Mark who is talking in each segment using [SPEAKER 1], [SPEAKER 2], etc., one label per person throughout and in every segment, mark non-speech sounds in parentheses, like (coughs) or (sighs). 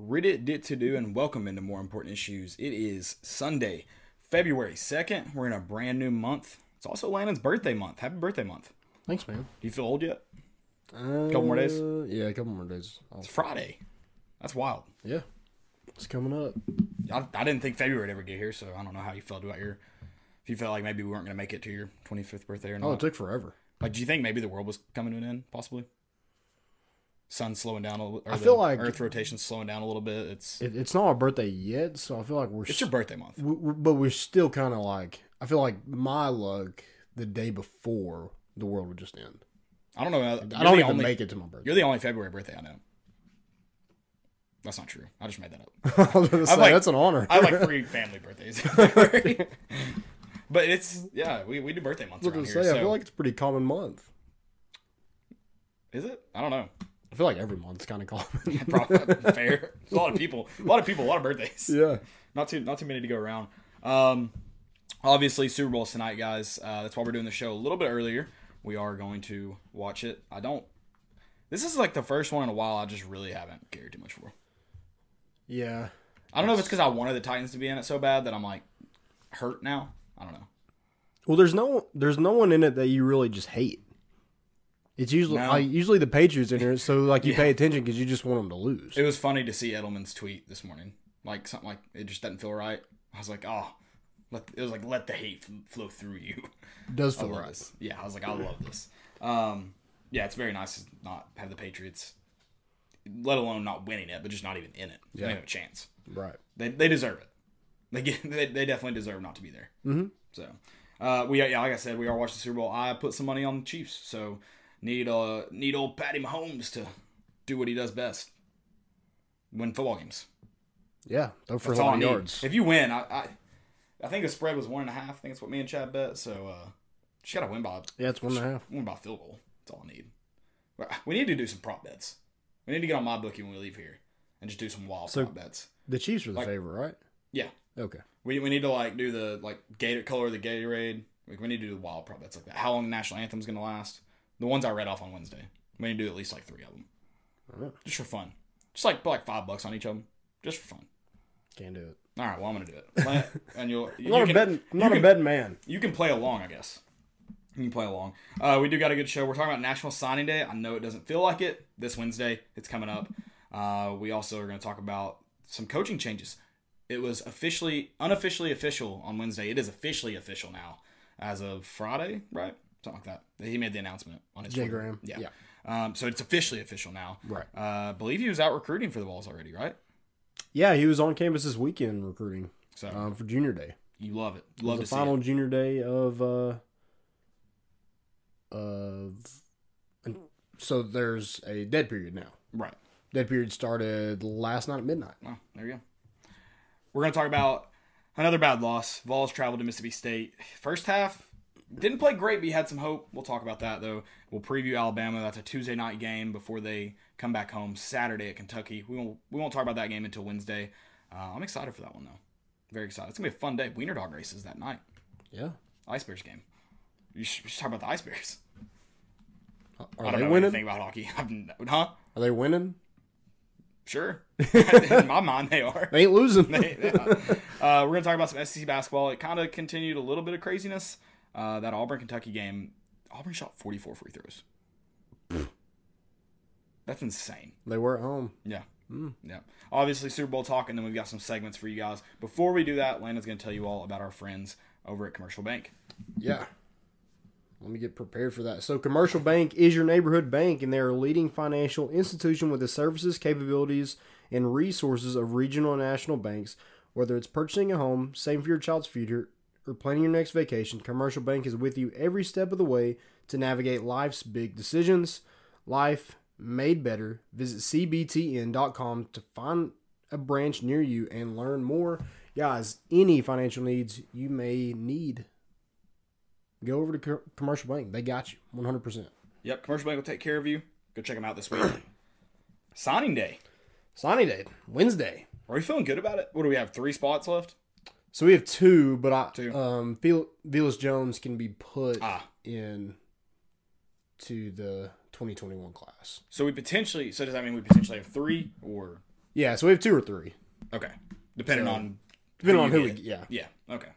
[SPEAKER 1] Reddit did to do and welcome into more important issues. It is Sunday, February 2nd. We're in a brand new month. It's also Landon's birthday month. Happy birthday month.
[SPEAKER 2] Thanks, man.
[SPEAKER 1] Do you feel old yet?
[SPEAKER 2] A
[SPEAKER 1] Couple more days?
[SPEAKER 2] Uh, Yeah, a couple more days. I'll-
[SPEAKER 1] It's Friday. That's wild.
[SPEAKER 2] yeah, it's coming up.
[SPEAKER 1] I, I didn't think February would ever get here, so I don't know how you felt about your. If you felt like maybe we weren't going to make it to your 25th birthday or not.
[SPEAKER 2] Oh, it took forever.
[SPEAKER 1] Like, do you think maybe the world was coming to an end, possibly? Sun slowing down a little. or
[SPEAKER 2] I
[SPEAKER 1] the
[SPEAKER 2] feel like-
[SPEAKER 1] Earth rotation slowing down a little bit. It's
[SPEAKER 2] It, it's not our birthday yet, so I feel like we're.
[SPEAKER 1] it's your birthday month.
[SPEAKER 2] we, we- but we're still kind of like. I feel like my luck the day before the world would just end.
[SPEAKER 1] I don't know. uh, You're
[SPEAKER 2] I don't
[SPEAKER 1] the
[SPEAKER 2] even
[SPEAKER 1] only,
[SPEAKER 2] make it to my birthday.
[SPEAKER 1] You're the only February birthday I know. That's not true. I just made that up.
[SPEAKER 2] (laughs) I was gonna say,
[SPEAKER 1] like-
[SPEAKER 2] that's an honor.
[SPEAKER 1] I have
[SPEAKER 2] (laughs)
[SPEAKER 1] like three family birthdays. in February. (laughs) but it's yeah, we, we do birthday months
[SPEAKER 2] I was
[SPEAKER 1] around
[SPEAKER 2] gonna
[SPEAKER 1] here.
[SPEAKER 2] say, I
[SPEAKER 1] so-
[SPEAKER 2] feel like it's a pretty common month.
[SPEAKER 1] is it? I don't know. (laughs)
[SPEAKER 2] I feel like every month's kind of common.
[SPEAKER 1] Probably fair. There's a lot of people. A lot of people. A lot of birthdays.
[SPEAKER 2] (laughs) yeah.
[SPEAKER 1] not too not too many to go around. Um, obviously Super Bowl's tonight, guys. Uh, that's why we're doing the show a little bit earlier. We are going to watch it. I don't. This is like the first one in a while. I just really haven't cared too much for.
[SPEAKER 2] Yeah.
[SPEAKER 1] I don't know if it's because I wanted the Titans to be in it so bad that I'm like hurt now. I don't know.
[SPEAKER 2] Well, there's no there's no one in it that you really just hate. It's usually
[SPEAKER 1] No.
[SPEAKER 2] like usually the Patriots in here,
[SPEAKER 1] (laughs)
[SPEAKER 2] so like you pay attention because you just want them to lose.
[SPEAKER 1] It was funny to see Edelman's tweet this morning. Like something like it just doesn't feel right. I was like, oh, let, it was like let the hate f- flow through you. (laughs)
[SPEAKER 2] does
[SPEAKER 1] I
[SPEAKER 2] feel
[SPEAKER 1] love
[SPEAKER 2] right.
[SPEAKER 1] this. Yeah, I was like, I love this. Um, yeah, it's very nice to not have the Patriots, let alone not winning it, but just not even in it. They don't have a chance.
[SPEAKER 2] Right.
[SPEAKER 1] They, they deserve it. They get (laughs) they, they definitely deserve not to be there. Mm-hmm. So, uh, we yeah, like I said, we are watching the Super Bowl. I put some money on the Chiefs, so need uh need old Patty Mahomes to do what he does best, win football games.
[SPEAKER 2] Yeah. Throw for
[SPEAKER 1] That's
[SPEAKER 2] a
[SPEAKER 1] all I
[SPEAKER 2] lot of
[SPEAKER 1] need.
[SPEAKER 2] yards.
[SPEAKER 1] If you win, I, I I think the spread was one and a half. I think that's what me and Chad bet. So uh, just gotta win by
[SPEAKER 2] Yeah, it's one and a half.
[SPEAKER 1] I'm about field goal. That's all I need. We need to do some prop bets. We need to get on my bookie when we leave here and just do some wild
[SPEAKER 2] So-
[SPEAKER 1] prop bets.
[SPEAKER 2] The Chiefs are the
[SPEAKER 1] Like-
[SPEAKER 2] favorite, right?
[SPEAKER 1] Yeah,
[SPEAKER 2] Okay.
[SPEAKER 1] we, we need to like do the like Gator color of the Gatorade. Like we need to do wild prop bets like that. How long the national anthem's gonna last? The ones I read off on Wednesday. We need to do at least like three of them,
[SPEAKER 2] Alright.
[SPEAKER 1] just for fun. Just like put like five bucks on each of them, just for fun.
[SPEAKER 2] Can't do it.
[SPEAKER 1] All right, well I'm gonna do it, Let- and you'll you
[SPEAKER 2] I'm not,
[SPEAKER 1] can- (laughs)
[SPEAKER 2] a, betting, I'm not a betting man.
[SPEAKER 1] you can play along, I guess. You can play along. Uh, we do got a good show. We're talking about National Signing Day. I know it doesn't feel like it. This Wednesday, it's coming up. Uh, we also are going to talk about some coaching changes. It was officially, unofficially official on Wednesday. It is officially official now as of Friday, right? Something like that. He made the announcement on his
[SPEAKER 2] Jay
[SPEAKER 1] Twitter.
[SPEAKER 2] Graham.
[SPEAKER 1] Yeah. Um, so it's officially official now.
[SPEAKER 2] Right.
[SPEAKER 1] Uh, I believe he was out recruiting for the Balls already, right?
[SPEAKER 2] Yeah, he was on campus this weekend recruiting
[SPEAKER 1] So
[SPEAKER 2] um, for junior day.
[SPEAKER 1] you love it.
[SPEAKER 2] It was
[SPEAKER 1] Love
[SPEAKER 2] the
[SPEAKER 1] to see
[SPEAKER 2] final
[SPEAKER 1] it.
[SPEAKER 2] junior day of uh of and so there's a dead period now.
[SPEAKER 1] Right.
[SPEAKER 2] Dead period started last night at midnight.
[SPEAKER 1] Well, there you go. We're going to talk about another bad loss. Vols traveled to Mississippi State. First half didn't play great, but you had some hope. We'll talk about that though. We'll preview Alabama. That's a Tuesday night game before they come back home Saturday at Kentucky. We won't we won't talk about that game until Wednesday. Uh, I'm excited for that one though. Very excited. It's gonna be a fun day. Wiener dog races that night.
[SPEAKER 2] Yeah.
[SPEAKER 1] Ice Bears game. You should, we should talk about the Ice Bears.
[SPEAKER 2] Are
[SPEAKER 1] I don't
[SPEAKER 2] they
[SPEAKER 1] know
[SPEAKER 2] winning?
[SPEAKER 1] anything about hockey. (laughs) I'm, huh?
[SPEAKER 2] Are they winning? (laughs)
[SPEAKER 1] Sure. (laughs) In my mind, they are.
[SPEAKER 2] They ain't
[SPEAKER 1] (laughs)
[SPEAKER 2] losing.
[SPEAKER 1] uh, we're going to talk about some SEC basketball. It kind of continued a little bit of craziness. Uh, that Auburn Kentucky game, Auburn shot 44 free throws. That's insane.
[SPEAKER 2] they were at home.
[SPEAKER 1] Yeah. Yeah. Obviously, Super Bowl talk, and then we've got some segments for you guys. Before we do that, Landon's going to tell you all about our friends over at Commercial Bank.
[SPEAKER 2] Yeah. Let me get prepared for that. So, Commercial Bank is your neighborhood bank, and they are a leading financial institution with the services, capabilities, and resources of regional and national banks. Whether it's purchasing a home, saving for your child's future, or planning your next vacation, Commercial Bank is with you every step of the way to navigate life's big decisions. Life made better. Visit cbtn.com to find a branch near you and learn more. Guys, any financial needs you may need go over to co- commercial bank they got you 100%
[SPEAKER 1] Yep, Commercial Bank will take care of you. Go check them out this week. (clears throat) Signing day.
[SPEAKER 2] Sunny day wednesday
[SPEAKER 1] Are we feeling good about it? What do we have? Three spots left?
[SPEAKER 2] so we have two but i
[SPEAKER 1] Two.
[SPEAKER 2] um Vel- Velas jones can be put
[SPEAKER 1] Ah.
[SPEAKER 2] in to the 2021 class
[SPEAKER 1] So we potentially. So does that mean we potentially have three or
[SPEAKER 2] Yeah, so we have two or three,
[SPEAKER 1] Okay. Depending
[SPEAKER 2] So-
[SPEAKER 1] on
[SPEAKER 2] depending on
[SPEAKER 1] you
[SPEAKER 2] who. We,
[SPEAKER 1] get.
[SPEAKER 2] yeah,
[SPEAKER 1] yeah. Okay.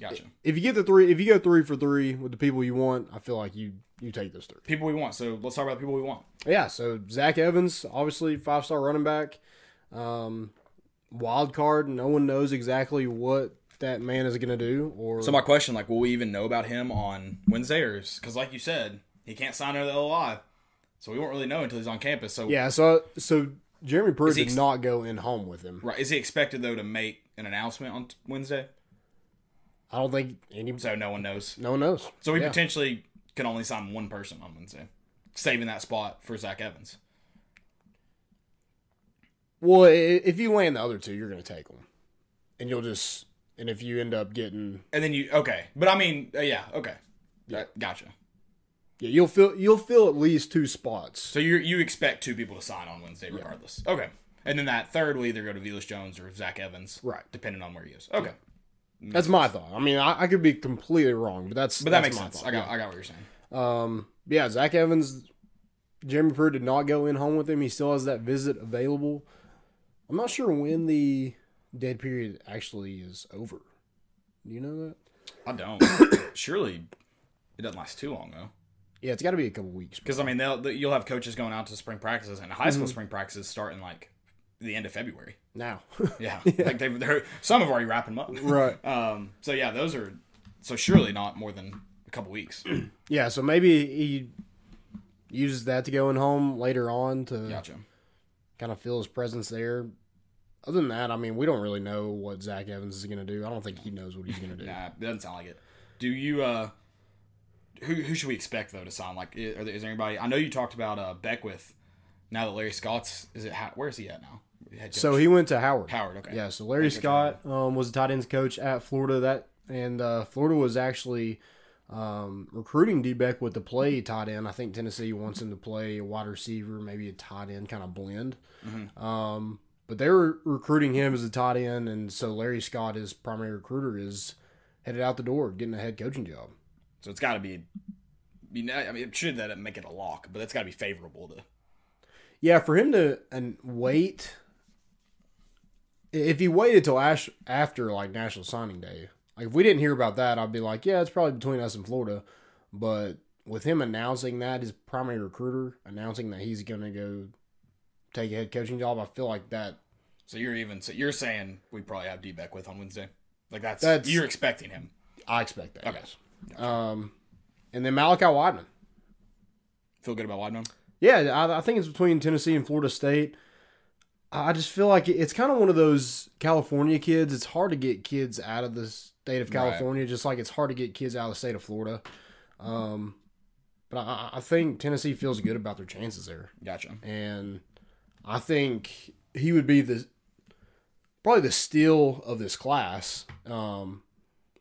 [SPEAKER 1] Gotcha.
[SPEAKER 2] if you get the three, if you go three for three with the people you want, I feel like you you take those three.
[SPEAKER 1] People we want. So let's talk about the people we want.
[SPEAKER 2] Yeah, so Zach Evans, obviously five star running back, um, wild card. No one knows exactly what that man is going to do. Or
[SPEAKER 1] So my question, like, will we even know about him on Wednesday, or because, like you said, he can't sign under the LOI, so we won't really know until he's on campus. So
[SPEAKER 2] yeah, so so Jeremy Pruitt
[SPEAKER 1] Is he
[SPEAKER 2] did
[SPEAKER 1] ex-
[SPEAKER 2] not go in home with him.
[SPEAKER 1] right, is he expected though to make an announcement on t- Wednesday?
[SPEAKER 2] I don't think any
[SPEAKER 1] So no one knows.
[SPEAKER 2] no one knows.
[SPEAKER 1] So we
[SPEAKER 2] yeah.
[SPEAKER 1] potentially can only sign one person on Wednesday, saving that spot for Zach Evans.
[SPEAKER 2] well, i- if you land the other two, you're going to take them, and you'll just and if you end up getting
[SPEAKER 1] And then you okay, but I mean, uh, yeah, okay, Uh,
[SPEAKER 2] Yeah.
[SPEAKER 1] gotcha.
[SPEAKER 2] yeah, you'll fill you'll fill at least two spots.
[SPEAKER 1] So you you expect two people to sign on Wednesday, regardless. Okay, and then that third will either go to Velas Jones or Zach Evans,
[SPEAKER 2] Right.
[SPEAKER 1] Depending on where he is. Okay,
[SPEAKER 2] That's my thought. I mean, I, I could be completely wrong, but that's
[SPEAKER 1] but that
[SPEAKER 2] that's
[SPEAKER 1] makes
[SPEAKER 2] my
[SPEAKER 1] sense.
[SPEAKER 2] thought.
[SPEAKER 1] I got I got what you're saying.
[SPEAKER 2] Um, yeah, Zach Evans, Jeremy Pruitt did not go in home with him. He still has that visit available. I'm not sure when the dead period actually is over. Do you know that?
[SPEAKER 1] I don't. (coughs) Surely, it doesn't last too long though.
[SPEAKER 2] Yeah, it's got to be a couple weeks.
[SPEAKER 1] Because I mean, they'll, they- you'll have coaches going out to spring practices, and high school spring practices start in like the end of (laughs) February.
[SPEAKER 2] Now,
[SPEAKER 1] Yeah, like they've they're, some have already wrapped them up.
[SPEAKER 2] right?
[SPEAKER 1] Um. So yeah, those are so surely not more than a couple (clears throat) weeks.
[SPEAKER 2] Yeah, so maybe he uses that to go in home later on to
[SPEAKER 1] Gotcha.
[SPEAKER 2] kind of feel his presence there. Other than that, I mean, we don't really know what Zach Evans is going to do. I don't think he knows what he's going to do.
[SPEAKER 1] Nah, it doesn't sound like it. Do you? uh Who who should we expect though to sign? Like, i- are there, is there anybody? I know you talked about uh Beckwith. Now that Larry Scott's is it? Ha- Where is he at now? Head coach.
[SPEAKER 2] So he went to Howard.
[SPEAKER 1] Howard. Okay.
[SPEAKER 2] Yeah, so Larry Scott um, was the tight ends coach at Florida. That and uh, Florida was actually um, recruiting D-Beck with the play tight end. I think Tennessee wants him to play a wide receiver, maybe a tight end kind of blend. Um, but they were recruiting him as a tight end, and so Larry Scott, his primary recruiter, is headed out the door, getting a head coaching job.
[SPEAKER 1] So it's got to be. You know, I mean, it should that make it a lock, but that's got to be favorable to.
[SPEAKER 2] Yeah, for him to and wait. If he waited till Ash after like National Signing Day, like if we didn't hear about that, I'd be like, yeah, it's probably between us and Florida. But with him announcing that his primary recruiter announcing that he's going to go take a head coaching job, I feel like that.
[SPEAKER 1] So you're even. So you're saying we probably have D Beckwith on Wednesday. Like that's,
[SPEAKER 2] That's-
[SPEAKER 1] you're expecting him.
[SPEAKER 2] I expect that.
[SPEAKER 1] Okay.
[SPEAKER 2] Yes. Um, and then Malachi Wideman.
[SPEAKER 1] Feel good about Wideman.
[SPEAKER 2] Yeah, I, I think it's between Tennessee and Florida State. I I just feel like it- it's kind of one of those California kids. It's hard to get kids out of the state of
[SPEAKER 1] Right.
[SPEAKER 2] California, just like it's hard to get kids out of the state of Florida. Um, but I, I- I think Tennessee feels good about their chances there,
[SPEAKER 1] Gotcha.
[SPEAKER 2] and I think he would be the probably the steal of this class. Um,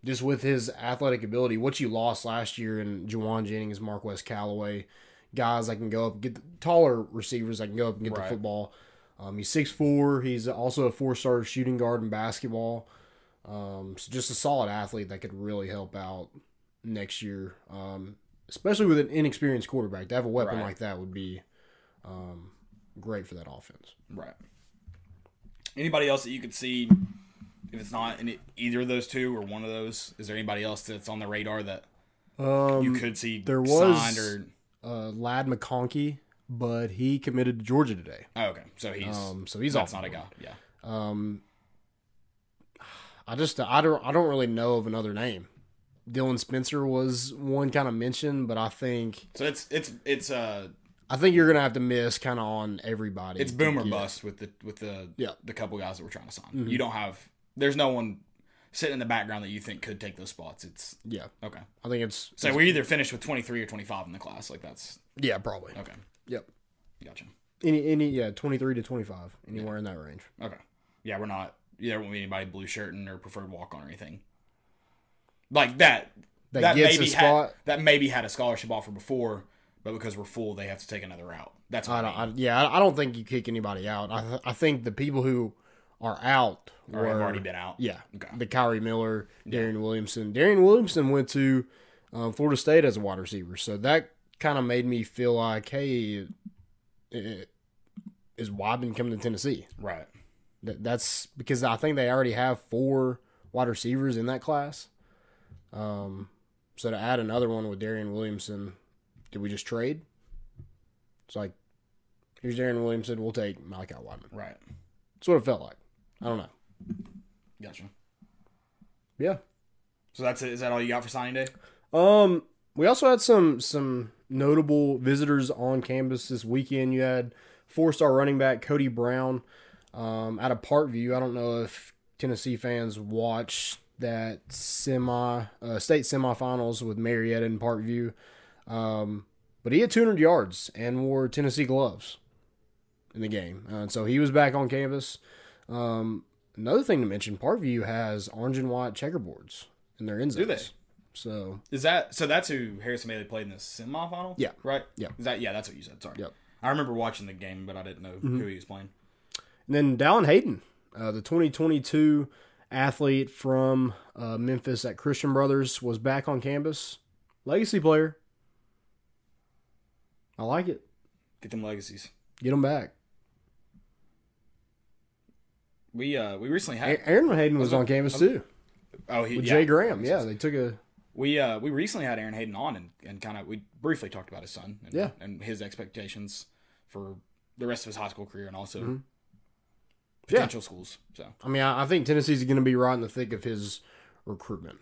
[SPEAKER 2] just with his athletic ability, what you lost last year in Jawan Jennings, Marquez Callaway, guys that can go up get the, taller receivers that can go up and get
[SPEAKER 1] Right.
[SPEAKER 2] the football. Um, he's six four. He's also a four star shooting guard in basketball. Um, so just a solid athlete that could really help out next year, um, especially with an inexperienced quarterback. To have a weapon
[SPEAKER 1] Right.
[SPEAKER 2] like that would be um, great for that offense.
[SPEAKER 1] Right. Anybody else that you could see? If it's not in either of those two or one of those, is there anybody else that's on the radar that
[SPEAKER 2] Um,
[SPEAKER 1] you could see
[SPEAKER 2] there
[SPEAKER 1] signed
[SPEAKER 2] was-
[SPEAKER 1] or?
[SPEAKER 2] uh, Lad McConkey, but he committed to Georgia today.
[SPEAKER 1] Oh, okay, so he's
[SPEAKER 2] Um, so he's
[SPEAKER 1] that's
[SPEAKER 2] off
[SPEAKER 1] not a
[SPEAKER 2] the
[SPEAKER 1] guy. Yeah,
[SPEAKER 2] Um, I just I don't I don't really know of another name. Dylan Spencer was one kind of mentioned, but I think
[SPEAKER 1] so it's it's it's uh
[SPEAKER 2] I think you're gonna have to miss kind of on everybody.
[SPEAKER 1] it's boom or
[SPEAKER 2] Yeah.
[SPEAKER 1] bust with the with the
[SPEAKER 2] Yeah. Mm-hmm.
[SPEAKER 1] the couple guys that we're trying to sign. You don't have there's no one sitting in the background that you think could take those spots. It's
[SPEAKER 2] Yeah,
[SPEAKER 1] okay.
[SPEAKER 2] I think it's
[SPEAKER 1] So we either finish with 23 or 25 in the class. Like that's
[SPEAKER 2] yeah probably.
[SPEAKER 1] okay.
[SPEAKER 2] Yep.
[SPEAKER 1] Gotcha.
[SPEAKER 2] Any any yeah twenty three to twenty five anywhere in that range.
[SPEAKER 1] Okay. Yeah, we're not. Yeah, there won't be anybody blue shirting or preferred walk on or anything like that.
[SPEAKER 2] That
[SPEAKER 1] That,
[SPEAKER 2] gets
[SPEAKER 1] maybe
[SPEAKER 2] a
[SPEAKER 1] had,
[SPEAKER 2] spot.
[SPEAKER 1] that maybe had a scholarship offer before, but because we're full, they have to take another route. That's what
[SPEAKER 2] I
[SPEAKER 1] I,
[SPEAKER 2] don't.
[SPEAKER 1] mean.
[SPEAKER 2] I, yeah, I I don't think you kick anybody out. I th- I think the people who are out
[SPEAKER 1] or have
[SPEAKER 2] were-
[SPEAKER 1] already been out.
[SPEAKER 2] Yeah.
[SPEAKER 1] Okay.
[SPEAKER 2] The Kyrie Miller, Darian Williamson. Darian Williamson went to uh, Florida State as a wide receiver. So that kind of made me feel like, hey, it, it, is Wyman coming to Tennessee.
[SPEAKER 1] Right.
[SPEAKER 2] That, that's because I think they already have four wide receivers in that class. Um, so to add another one with Darian Williamson, did we just trade? It's like, here's Darian Williamson. We'll take Malachi Wyman.
[SPEAKER 1] Right.
[SPEAKER 2] That's what it felt like. I don't know.
[SPEAKER 1] Gotcha.
[SPEAKER 2] Yeah.
[SPEAKER 1] So that's it. Is that all you got for signing day?
[SPEAKER 2] Um, we also had some some notable visitors on campus this weekend. You had four star running back Cody Brown um, out of Parkview. I don't know if Tennessee fans watched that semi uh, state semifinals with Marietta and Parkview, um, but he had 200 yards and wore Tennessee gloves in the game, uh, and so he was back on campus. Um, another thing to mention: Parkview has orange and white checkerboards in their end
[SPEAKER 1] Do
[SPEAKER 2] zones.
[SPEAKER 1] they?
[SPEAKER 2] So
[SPEAKER 1] Is that so? That's who Harrison Bailey played in the semifinal.
[SPEAKER 2] Yeah.
[SPEAKER 1] Right.
[SPEAKER 2] Yeah.
[SPEAKER 1] Is that yeah? That's what you said. Sorry.
[SPEAKER 2] Yep. Mm-hmm.
[SPEAKER 1] I remember watching the game, but I didn't know who he was playing.
[SPEAKER 2] And then Dallin Hayden, uh, the 2022 athlete from uh, Memphis at Christian Brothers, was back on campus. Legacy player. I like it.
[SPEAKER 1] Get them legacies.
[SPEAKER 2] Get him back.
[SPEAKER 1] We uh we recently had
[SPEAKER 2] A- Aaron Hayden was on campus too
[SPEAKER 1] oh he
[SPEAKER 2] with
[SPEAKER 1] yeah.
[SPEAKER 2] Jay Graham. Yeah, they took a
[SPEAKER 1] we uh we recently had Aaron Hayden on and, and kind of we briefly talked about his son and,
[SPEAKER 2] Yeah.
[SPEAKER 1] and his expectations for the rest of his high school career and also
[SPEAKER 2] Mm-hmm. Yeah.
[SPEAKER 1] potential schools. So
[SPEAKER 2] I mean, I, I think Tennessee's going to be right in the thick of his recruitment.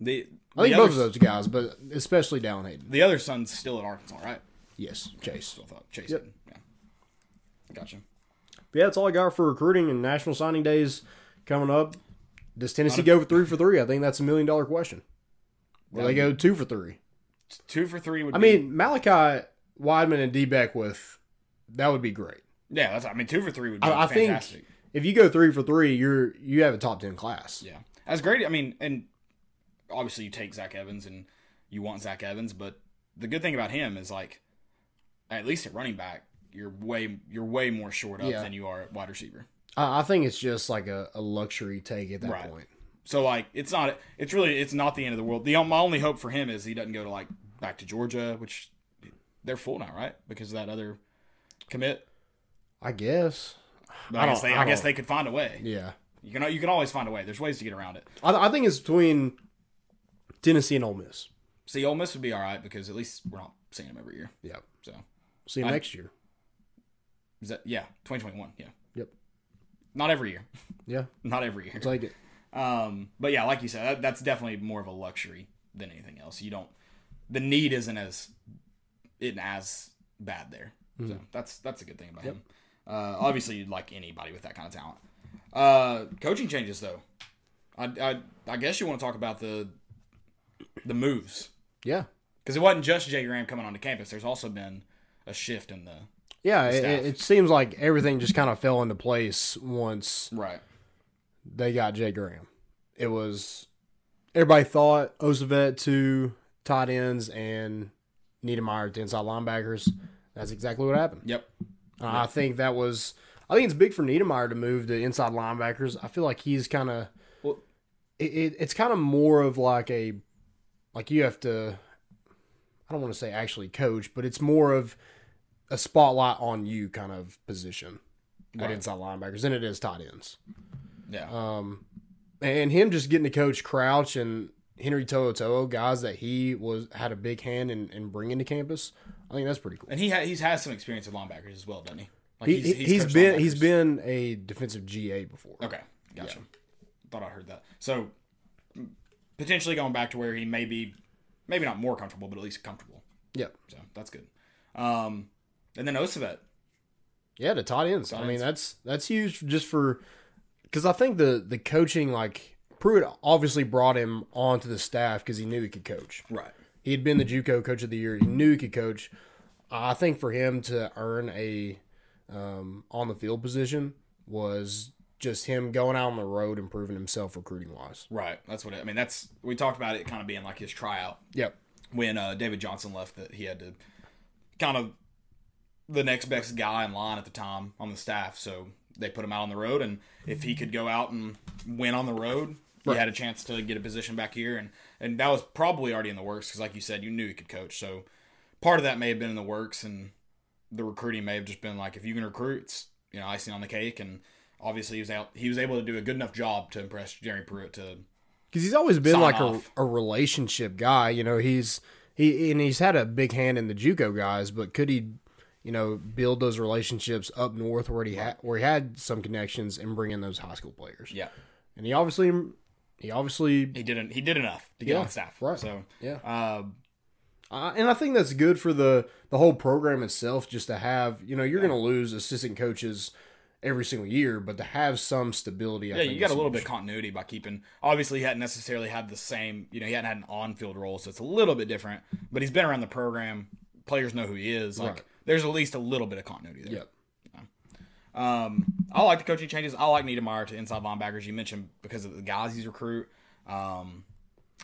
[SPEAKER 1] the
[SPEAKER 2] I think
[SPEAKER 1] the
[SPEAKER 2] both
[SPEAKER 1] other,
[SPEAKER 2] of those guys, but especially Dallin Hayden.
[SPEAKER 1] the other son's still at Arkansas, right?
[SPEAKER 2] Yes, Chase.
[SPEAKER 1] So I thought Chase.
[SPEAKER 2] Yep.
[SPEAKER 1] Hayden. Yeah. Gotcha.
[SPEAKER 2] But yeah, that's all I got for recruiting and National Signing Days coming up. Does Tennessee go for three for three? I think that's a million dollar question. Will they go two for three?
[SPEAKER 1] Two for three would.
[SPEAKER 2] Um, I
[SPEAKER 1] be-
[SPEAKER 2] mean, Malachi Weidman and D with that would be great.
[SPEAKER 1] yeah. That's I mean two for three would be
[SPEAKER 2] I, I think
[SPEAKER 1] fantastic.
[SPEAKER 2] if you go three for three, you're you have a top ten class.
[SPEAKER 1] Yeah, that's great. I mean, and obviously you take Zach Evans and you want Zach Evans, but the good thing about him is like, at least at running back, you're way you're way more short up
[SPEAKER 2] Yeah.
[SPEAKER 1] than you are at wide receiver.
[SPEAKER 2] I, I think it's just like a, a luxury take at that
[SPEAKER 1] Right.
[SPEAKER 2] point.
[SPEAKER 1] So like, it's not it's really it's not the end of the world. The my only hope for him is he doesn't go to like back to Georgia, which they're full now, right? Because of that other commit.
[SPEAKER 2] I guess.
[SPEAKER 1] But I,
[SPEAKER 2] I
[SPEAKER 1] guess
[SPEAKER 2] don't-
[SPEAKER 1] they
[SPEAKER 2] I
[SPEAKER 1] I, guess
[SPEAKER 2] don't-
[SPEAKER 1] they could find a way.
[SPEAKER 2] Yeah,
[SPEAKER 1] You can you can always find a way. There's ways to get around it.
[SPEAKER 2] I, I think it's between Tennessee and Ole Miss.
[SPEAKER 1] See, Ole Miss would be all right because at least we're not seeing him every year.
[SPEAKER 2] Yeah,
[SPEAKER 1] So
[SPEAKER 2] see you
[SPEAKER 1] I-
[SPEAKER 2] next year.
[SPEAKER 1] Is that yeah, 2021, yeah.
[SPEAKER 2] Yep.
[SPEAKER 1] Not every year. (laughs)
[SPEAKER 2] Yeah,
[SPEAKER 1] Not every year.
[SPEAKER 2] I'll take it.
[SPEAKER 1] Um, but yeah, like you said, that, that's definitely more of a luxury than anything else. You don't the need isn't as isn't as bad there. So that's that's a good thing about him. Uh, obviously you'd like anybody with that kind of talent. Uh, coaching changes though. I, I I guess you want to talk about the the moves.
[SPEAKER 2] Yeah,
[SPEAKER 1] Because it wasn't just Jay Graham coming onto campus. There's also been a shift in the
[SPEAKER 2] yeah. It,
[SPEAKER 1] Staff.
[SPEAKER 2] it it seems like everything just kind of fell into place once
[SPEAKER 1] right.
[SPEAKER 2] they got Jay Graham. It was everybody thought Osavet to tight ends and Niedermeyer to inside linebackers. That's exactly what happened.
[SPEAKER 1] Yep.
[SPEAKER 2] Uh, I think that was. I think it's big for Niedermeyer to move to inside linebackers. I feel like he's kind of.
[SPEAKER 1] Well-
[SPEAKER 2] it, it, it's kind of more of like a, like you have to. I don't want to say actually coach, but it's more of a spotlight on you kind of position at
[SPEAKER 1] Right.
[SPEAKER 2] inside linebackers than it is tight ends.
[SPEAKER 1] Yeah.
[SPEAKER 2] Um, and him just getting to coach Crouch and Henry To'o guys that he was had a big hand in, in bringing to campus. I think that's pretty cool.
[SPEAKER 1] And he ha- he's has some experience with linebackers as well, doesn't he? Like
[SPEAKER 2] He, he's
[SPEAKER 1] coached
[SPEAKER 2] been he's
[SPEAKER 1] linebackers.
[SPEAKER 2] been a defensive GA before.
[SPEAKER 1] okay. Gotcha. Thought I heard that. So m- potentially going back to where he may be, maybe not more comfortable, but at least comfortable.
[SPEAKER 2] Yeah,
[SPEAKER 1] So that's good. Um, and then Osavet.
[SPEAKER 2] yeah, to tight ends. I mean,
[SPEAKER 1] ends.
[SPEAKER 2] that's that's huge just for because I think the the coaching like Pruitt obviously brought him onto the staff because he knew he could coach.
[SPEAKER 1] Right.
[SPEAKER 2] He had been the JUCO coach of the year. He knew he could coach. I think for him to earn a um, on the field position was just him going out on the road and proving himself recruiting wise.
[SPEAKER 1] Right. That's what it, I mean. That's we talked about it kind of being like his tryout
[SPEAKER 2] Yep.
[SPEAKER 1] when uh, David Johnson left that he had to kind of the next best guy in line at the time on the staff. So they put him out on the road, and if he could go out and win on the road, he had a chance to get a position back here, and and that was probably already in the works because, like you said, you knew he could coach. So part of that may have been in the works, and the recruiting may have just been like, if you can recruit, it's, you know, icing on the cake. And obviously he was out, he was able to do a good enough job to impress Jerry Pruitt to
[SPEAKER 2] because he's always been
[SPEAKER 1] Sign
[SPEAKER 2] like a,
[SPEAKER 1] off.
[SPEAKER 2] a relationship guy. You know, he's he and he's had a big hand in the JUCO guys, but could he, you know, build those relationships up north where he had where he had some connections and bring in those high school players?
[SPEAKER 1] yeah.
[SPEAKER 2] And he obviously, he obviously,
[SPEAKER 1] He didn't. He did enough to get
[SPEAKER 2] Yeah,
[SPEAKER 1] on staff.
[SPEAKER 2] right.
[SPEAKER 1] So,
[SPEAKER 2] yeah.
[SPEAKER 1] uh,
[SPEAKER 2] I and I think that's good for the the whole program itself, just to have you know you're going to lose assistant coaches every single year, but to have some stability. I
[SPEAKER 1] yeah,
[SPEAKER 2] think
[SPEAKER 1] you got a
[SPEAKER 2] is
[SPEAKER 1] little bit of continuity by keeping. Obviously, he hadn't necessarily had the same. You know, he hadn't had an on-field role, so it's a little bit different. But he's been around the program. Players know who he is. Like,
[SPEAKER 2] Right.
[SPEAKER 1] there's at least a little bit of continuity there.
[SPEAKER 2] Yeah.
[SPEAKER 1] Um, I like the coaching changes. I like Niedermeyer to inside linebackers. You mentioned because of the guys he's recruit. Um,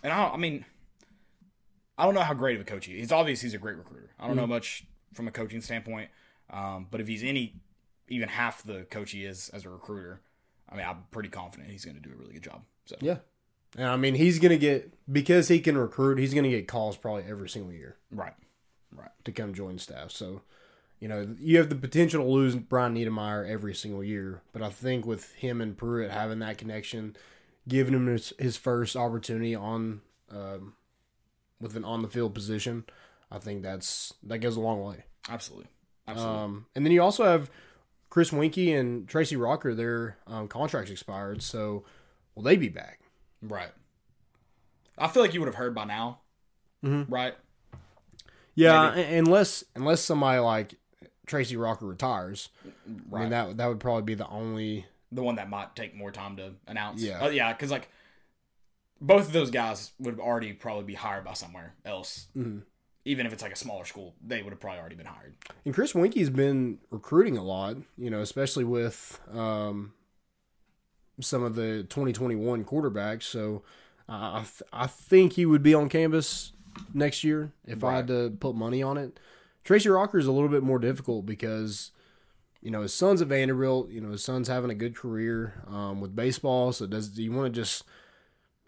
[SPEAKER 1] and I, I mean, I don't know how great of a coach he is. It's obvious he's a great recruiter. I don't know much from a coaching standpoint, um, but if he's any, even half the coach he is as a recruiter, I mean, I'm pretty confident he's going to do a really good job. So
[SPEAKER 2] Yeah. And I mean, he's going to get, because he can recruit, he's going to get calls probably every single year
[SPEAKER 1] right,
[SPEAKER 2] to come join staff. So, you know, you have the potential to lose Brian Niedermeyer every single year. But I think with him and Pruitt having that connection, giving him his, his first opportunity on, um, with an on the field position, I think that's, that goes a long way.
[SPEAKER 1] absolutely, absolutely.
[SPEAKER 2] Um, and then you also have Chris Winkie and Tracy Rocker, their um, contracts expired. So, will they be back?
[SPEAKER 1] right. I feel like you would have heard by now,
[SPEAKER 2] Mhm.
[SPEAKER 1] right?
[SPEAKER 2] Yeah, un- unless unless somebody like Tracy Rocker retires, I
[SPEAKER 1] Right.
[SPEAKER 2] mean that that would probably be the only.
[SPEAKER 1] the one that might take more time to announce.
[SPEAKER 2] Yeah.
[SPEAKER 1] Uh, yeah, because like both of those guys would have already probably be hired by somewhere else.
[SPEAKER 2] Mhm.
[SPEAKER 1] Even if it's like a smaller school, they would have probably already been hired.
[SPEAKER 2] And Chris Winky's been recruiting a lot, you know, especially with um, some of the 2021 quarterbacks. So uh, I th- I think he would be on campus next year if I had to put money on it. Tracy Rocker is a little bit more difficult because you know his son's at Vanderbilt. You know his son's having a good career um, with baseball. So does do you want to just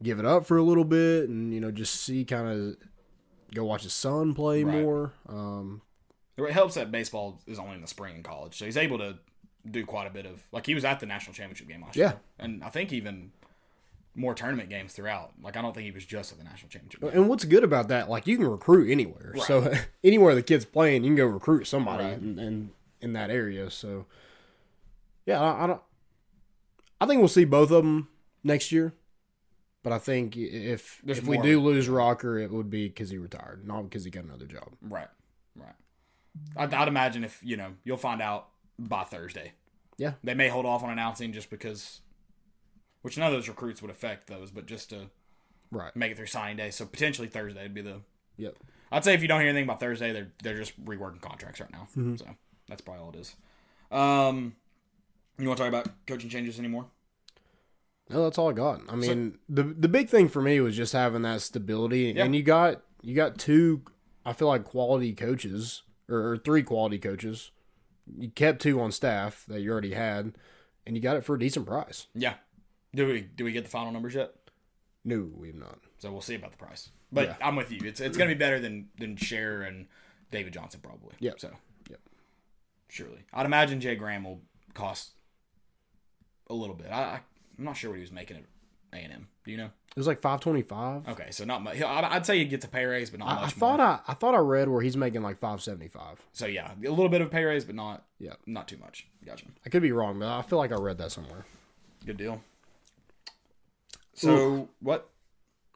[SPEAKER 2] give it up for a little bit and you know just see kind of go watch his son play
[SPEAKER 1] Right.
[SPEAKER 2] more? Um,
[SPEAKER 1] It helps that baseball is only in the spring in college, so he's able to do quite a bit of like he was at the national championship game last
[SPEAKER 2] Yeah.
[SPEAKER 1] year, and I think even more tournament games throughout. Like I don't think he was just at the national championship. game.
[SPEAKER 2] and what's good about that? Like you can recruit anywhere. So (laughs) anywhere the kid's playing, you can go recruit somebody in, in in that area. So yeah, I, I don't. I think we'll see both of them next year. But I think if
[SPEAKER 1] There's
[SPEAKER 2] if we
[SPEAKER 1] more.
[SPEAKER 2] do lose Rocker, it would be because he retired, not because he got another job.
[SPEAKER 1] Right, right. I'd, I'd imagine if you know, you'll find out by Thursday.
[SPEAKER 2] Yeah.
[SPEAKER 1] they may hold off on announcing just because, which none of those recruits would affect those, but just to
[SPEAKER 2] Right.
[SPEAKER 1] make it through signing day. So potentially Thursday would be the.
[SPEAKER 2] Yep.
[SPEAKER 1] I'd say if you don't hear anything by Thursday, they're they're just reworking contracts right now. So that's probably all it is. Um, you want to talk about coaching changes anymore?
[SPEAKER 2] No, that's all I got. I mean, the the big thing for me was just having that stability,
[SPEAKER 1] Yeah.
[SPEAKER 2] and you got you got two, I feel like quality coaches or, or three quality coaches. You kept two on staff that you already had, and you got it for a decent price.
[SPEAKER 1] Yeah. Do we do we get the final numbers yet?
[SPEAKER 2] No, we've not.
[SPEAKER 1] So we'll see about the price. But
[SPEAKER 2] Yeah.
[SPEAKER 1] I'm with you. It's it's gonna be better than than Scherer and David Johnson probably.
[SPEAKER 2] Yep.
[SPEAKER 1] So
[SPEAKER 2] Yep.
[SPEAKER 1] Surely. I'd imagine Jay Graham will cost a little bit. I, I I'm not sure what he was making at A and M. Do you know?
[SPEAKER 2] It was like five twenty five.
[SPEAKER 1] Okay, so not much. I'd say he gets a pay raise, but not much.
[SPEAKER 2] I, I
[SPEAKER 1] more.
[SPEAKER 2] thought I I thought I read where he's making like five seventy five.
[SPEAKER 1] so yeah, a little bit of a pay raise, but not
[SPEAKER 2] Yeah.
[SPEAKER 1] not too much. Gotcha.
[SPEAKER 2] I could be wrong, but I feel like I read that somewhere.
[SPEAKER 1] Good deal. So what?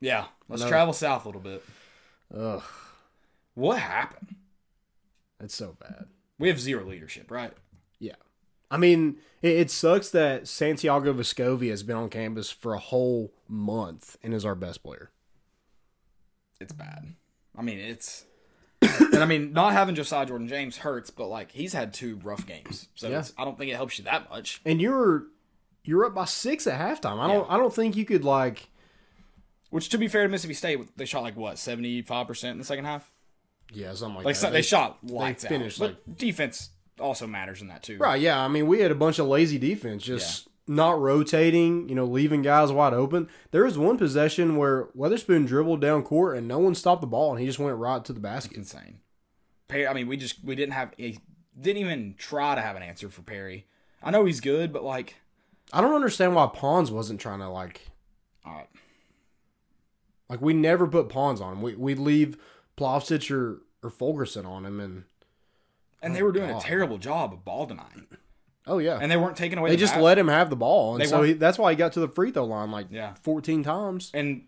[SPEAKER 1] Yeah, let's travel south a little bit.
[SPEAKER 2] Ugh,
[SPEAKER 1] What happened?
[SPEAKER 2] that's so bad.
[SPEAKER 1] We have zero leadership, right?
[SPEAKER 2] Yeah. I mean, it, it sucks that Santiago Vescovi has been on campus for a whole month and is our best player.
[SPEAKER 1] it's bad. I mean, it's and I mean, not having Josiah Jordan James hurts, but like he's had two rough games, so it's, I don't think it helps you that much.
[SPEAKER 2] And you're you're up by six at halftime. I don't I don't think you could like
[SPEAKER 1] Which, to be fair to Mississippi State, they shot like what seventy five percent in the second half.
[SPEAKER 2] Yeah, something like,
[SPEAKER 1] Like
[SPEAKER 2] that.
[SPEAKER 1] so, they, shot lights
[SPEAKER 2] finished,
[SPEAKER 1] out, but defense also matters in that too.
[SPEAKER 2] right, yeah. I mean, we had a bunch of lazy defense, just not rotating, you know, leaving guys wide open. There was one possession where Weatherspoon dribbled down court and no one stopped the ball and he just went right to the basket.
[SPEAKER 1] Insane. Pay- I mean, we just we didn't have a didn't even try to have an answer for Perry. I know he's good, but like,
[SPEAKER 2] I don't understand why Pawns wasn't trying to like
[SPEAKER 1] all right,
[SPEAKER 2] like we never put Pawns on him. We we leave Plovsic or or Fulgerson on him, and
[SPEAKER 1] and they were doing a
[SPEAKER 2] Oh, God.
[SPEAKER 1] terrible job of ball denying,
[SPEAKER 2] oh yeah,
[SPEAKER 1] and they weren't taking away.
[SPEAKER 2] they
[SPEAKER 1] the
[SPEAKER 2] just
[SPEAKER 1] bat-
[SPEAKER 2] let him have the ball, and
[SPEAKER 1] They
[SPEAKER 2] so
[SPEAKER 1] weren't-
[SPEAKER 2] he, that's why he got to the free throw line like
[SPEAKER 1] Yeah.
[SPEAKER 2] fourteen times.
[SPEAKER 1] And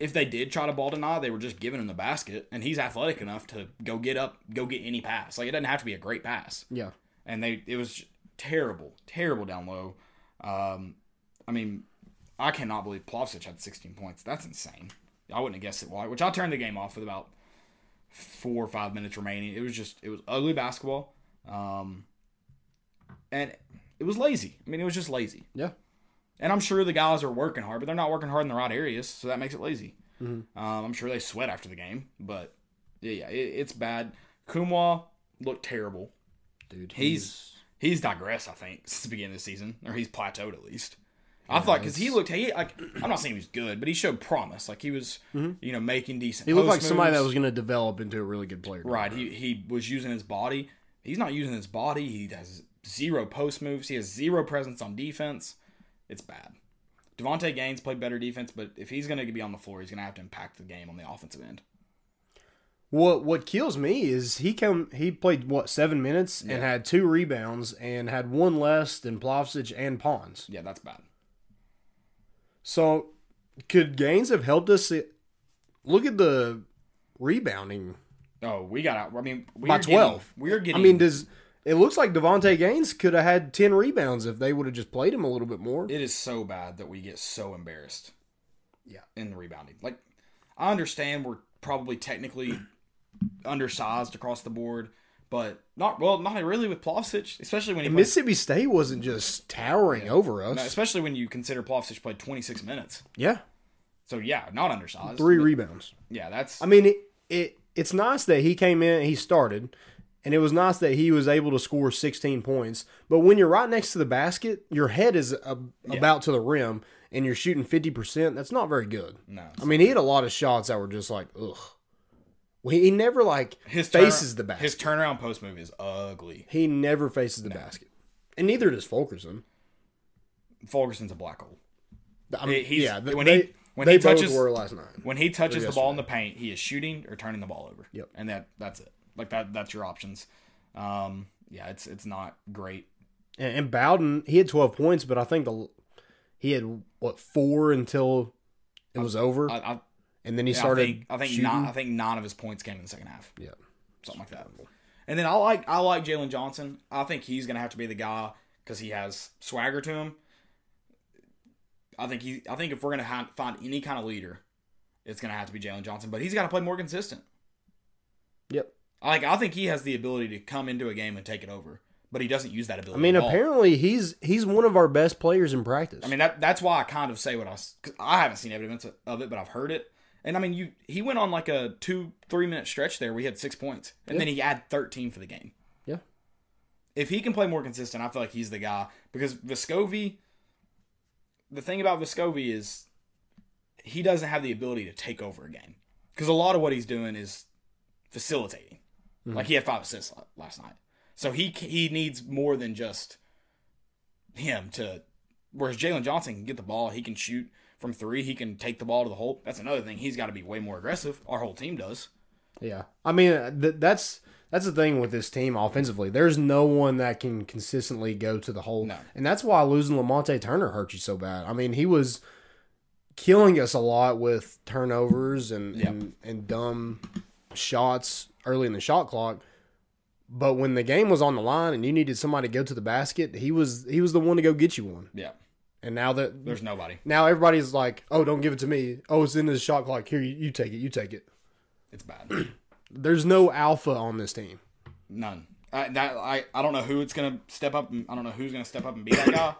[SPEAKER 1] if they did try to ball deny, they were just giving him the basket, and he's athletic enough to go get up, go get any pass. Like it doesn't have to be a great pass.
[SPEAKER 2] Yeah,
[SPEAKER 1] and they it was terrible, terrible down low. Um, I mean, I cannot believe Plavsic had 16 points. That's insane. I wouldn't have guessed it. Why? Which I turned the game off with about four or five minutes remaining. It was just it was ugly basketball, um, and it was lazy. I mean, it was just lazy.
[SPEAKER 2] yeah,
[SPEAKER 1] And I'm sure the guys are working hard, but they're not working hard in the right areas, so that makes it lazy. Um, I'm sure they sweat after the game, but yeah, yeah, it, it's bad. Kumwa looked terrible
[SPEAKER 2] dude.
[SPEAKER 1] he's he's digressed, I think, since the beginning of the season, or he's plateaued at least. I thought because he looked, he like I'm not saying he was good, but he showed promise. Like he was, you know, making decent.
[SPEAKER 2] Mm-hmm. he looked like
[SPEAKER 1] post
[SPEAKER 2] somebody
[SPEAKER 1] moves.
[SPEAKER 2] that was going to develop into a really good player.
[SPEAKER 1] right. He he was using his body. He's not using his body. He has zero post moves. He has zero presence on defense. It's bad. Devonte Gaines played better defense, but if he's going to be on the floor, he's going to have to impact the game on the offensive end.
[SPEAKER 2] What what kills me is he come he played what seven minutes and had two rebounds and had one less than Plavsic and Pawns.
[SPEAKER 1] Yeah, that's bad.
[SPEAKER 2] So could Gaines have helped us? Look at the rebounding.
[SPEAKER 1] Oh, we got out. I mean, we
[SPEAKER 2] By
[SPEAKER 1] are getting-
[SPEAKER 2] 12.
[SPEAKER 1] we're getting.
[SPEAKER 2] I mean, does it looks like Devonte Gaines could have had ten rebounds if they would have just played him a little bit more?
[SPEAKER 1] it is so bad that we get so embarrassed.
[SPEAKER 2] Yeah.
[SPEAKER 1] In the rebounding. Like I understand we're probably technically (clears throat) undersized across the board, but not well, not really with Plavsic, especially when he plays,
[SPEAKER 2] Mississippi State wasn't just towering over us.
[SPEAKER 1] no, especially when you consider Plavsic played 26 minutes.
[SPEAKER 2] Yeah,
[SPEAKER 1] So yeah, not undersized.
[SPEAKER 2] three
[SPEAKER 1] but
[SPEAKER 2] rebounds.
[SPEAKER 1] yeah, that's
[SPEAKER 2] I mean, it, it it's nice that he came in, and he started, and it was nice that he was able to score 16 points. But when you're right next to the basket, your head is a, about to the rim, and you're shooting 50 percent. That's not very good.
[SPEAKER 1] no.
[SPEAKER 2] I mean, he had a lot of shots that were just like, ugh. Well, He he never like
[SPEAKER 1] His
[SPEAKER 2] faces
[SPEAKER 1] turnaround-
[SPEAKER 2] the basket.
[SPEAKER 1] His turnaround post move is ugly.
[SPEAKER 2] he never faces the basket, and neither does Fulkerson.
[SPEAKER 1] Fulgerson's a black hole.
[SPEAKER 2] I mean,
[SPEAKER 1] he's-
[SPEAKER 2] yeah, th-
[SPEAKER 1] when
[SPEAKER 2] they,
[SPEAKER 1] he- when
[SPEAKER 2] they
[SPEAKER 1] he
[SPEAKER 2] both
[SPEAKER 1] touches-
[SPEAKER 2] were last night.
[SPEAKER 1] When he touches the ball in the paint, he is shooting or turning the ball over.
[SPEAKER 2] Yep.
[SPEAKER 1] And that that's it. Like that that's your options. Um yeah, it's it's not great.
[SPEAKER 2] And, and Bowden, he had 12 points, but I think the he had what four until it was over,
[SPEAKER 1] I, I
[SPEAKER 2] and then he
[SPEAKER 1] Yeah,
[SPEAKER 2] started.
[SPEAKER 1] I think, I think
[SPEAKER 2] shooting.
[SPEAKER 1] nine. I think nine of his points came in the second half,
[SPEAKER 2] Yeah,
[SPEAKER 1] something like that. And then I like I like Jalen Johnson. I think he's gonna have to be the guy because he has swagger to him. I think he. I think if we're gonna ha- find any kind of leader, it's gonna have to be Jalen Johnson. But he's got to play more consistent.
[SPEAKER 2] Yep.
[SPEAKER 1] Like I think he has the ability to come into a game and take it over, but he doesn't use that
[SPEAKER 2] I
[SPEAKER 1] ability.
[SPEAKER 2] mean,
[SPEAKER 1] at all.
[SPEAKER 2] apparently he's he's one of our best players in practice.
[SPEAKER 1] I mean that that's why I kind of say what I s- 'cause I haven't seen evidence of it, but I've heard it. And I mean, you he went on like a two three minute stretch there. where he had six points, and then he had thirteen for the game.
[SPEAKER 2] Yeah.
[SPEAKER 1] If he can play more consistent, I feel like he's the guy because Vescovi. The thing about Vescovi is he doesn't have the ability to take over a game because a lot of what he's doing is facilitating. Like he had five assists la- last night, so he c- he needs more than just him to. Whereas Jalen Johnson can get the ball, he can shoot from three, he can take the ball to the hole. That's another thing. He's got to be way more aggressive. Our whole team does.
[SPEAKER 2] yeah, I mean th- that's that's the thing with this team offensively. There's no one that can consistently go to the hole,
[SPEAKER 1] No.
[SPEAKER 2] and that's why losing Lamonte Turner hurt you so bad. I mean, he was killing us a lot with turnovers and
[SPEAKER 1] Yeah.
[SPEAKER 2] and, and dumb shots early in the shot clock. But when the game was on the line and you needed somebody to go to the basket, he was he was the one to go get you one.
[SPEAKER 1] Yeah,
[SPEAKER 2] And now that
[SPEAKER 1] there's nobody.
[SPEAKER 2] now everybody's like, "Oh, don't give it to me. Oh, it's in the shot clock. Here, you, you take it. You take it."
[SPEAKER 1] It's bad. (clears throat)
[SPEAKER 2] There's no alpha on this team.
[SPEAKER 1] None. I, that I, I don't know who it's gonna step up. And, I don't know who's gonna step up and be that guy.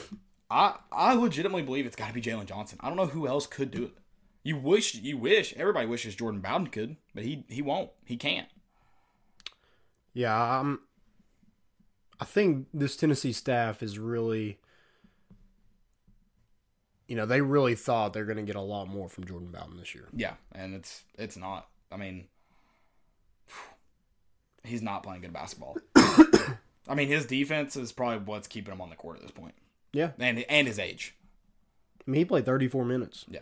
[SPEAKER 1] (coughs) I I legitimately believe it's got to be Jalen Johnson. I don't know who else could do it. You wish you wish everybody wishes Jordan Bowden could, but he he won't. He can't.
[SPEAKER 2] Yeah, I'm, I think this Tennessee staff is really, you know, they really thought they're going to get a lot more from Jordan Bowden this year.
[SPEAKER 1] Yeah, and it's it's not. I mean, (sighs) he's not playing good basketball. (coughs) I mean, his defense is probably what's keeping him on the court at this point,
[SPEAKER 2] Yeah.
[SPEAKER 1] and and his age.
[SPEAKER 2] I mean, he played 34 minutes.
[SPEAKER 1] Yeah.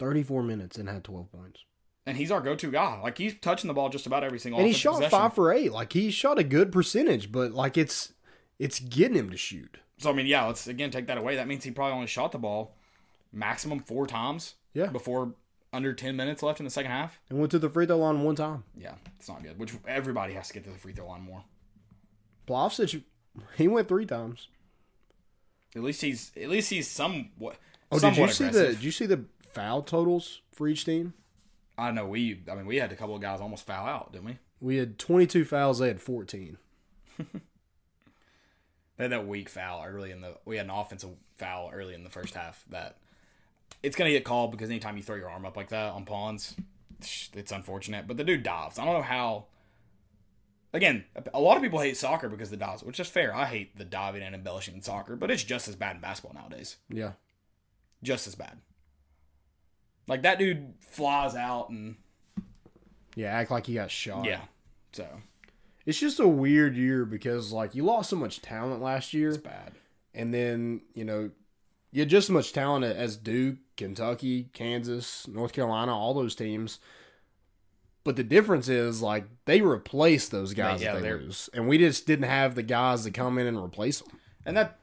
[SPEAKER 2] 34 minutes and had 12 points.
[SPEAKER 1] And he's our go-to guy. Like he's touching the ball just about every single.
[SPEAKER 2] and he
[SPEAKER 1] offensive
[SPEAKER 2] shot
[SPEAKER 1] possession.
[SPEAKER 2] five for eight. Like he shot a good percentage, but like it's it's getting him to shoot.
[SPEAKER 1] So I mean, yeah, let's again take that away. That means he probably only shot the ball maximum four times
[SPEAKER 2] Yeah.
[SPEAKER 1] before under ten minutes left in the second half.
[SPEAKER 2] And went to the free throw line one time.
[SPEAKER 1] Yeah, it's not good. Which everybody has to get to the free throw line more.
[SPEAKER 2] Plavsic, he went three times.
[SPEAKER 1] At least he's at least he's somewhat.
[SPEAKER 2] Oh, did you
[SPEAKER 1] somewhat
[SPEAKER 2] see the
[SPEAKER 1] aggressive.
[SPEAKER 2] did you see the foul totals for each team?
[SPEAKER 1] I know we. I mean, we had a couple of guys almost foul out, didn't we?
[SPEAKER 2] We had 22 fouls. They had 14.
[SPEAKER 1] They had that weak foul early in the. We had an offensive foul early in the first half that it's gonna get called because anytime you throw your arm up like that on pawns, it's unfortunate. But the dude dives. I don't know how. Again, a lot of people hate soccer because of the dives, which is fair. I hate the diving and embellishing in soccer, but it's just as bad in basketball nowadays.
[SPEAKER 2] Yeah.
[SPEAKER 1] Just as bad. Like that dude flies out and
[SPEAKER 2] Yeah, act like he got shot.
[SPEAKER 1] yeah. So
[SPEAKER 2] It's just a weird year because like you lost so much talent last year.
[SPEAKER 1] it's bad.
[SPEAKER 2] and then you know you had just as much talent as Duke, Kentucky, Kansas, North Carolina, all those teams. But the difference is like they replace those guys
[SPEAKER 1] yeah,
[SPEAKER 2] that they
[SPEAKER 1] they're-
[SPEAKER 2] lose, and we just didn't have the guys to come in and replace them.
[SPEAKER 1] and that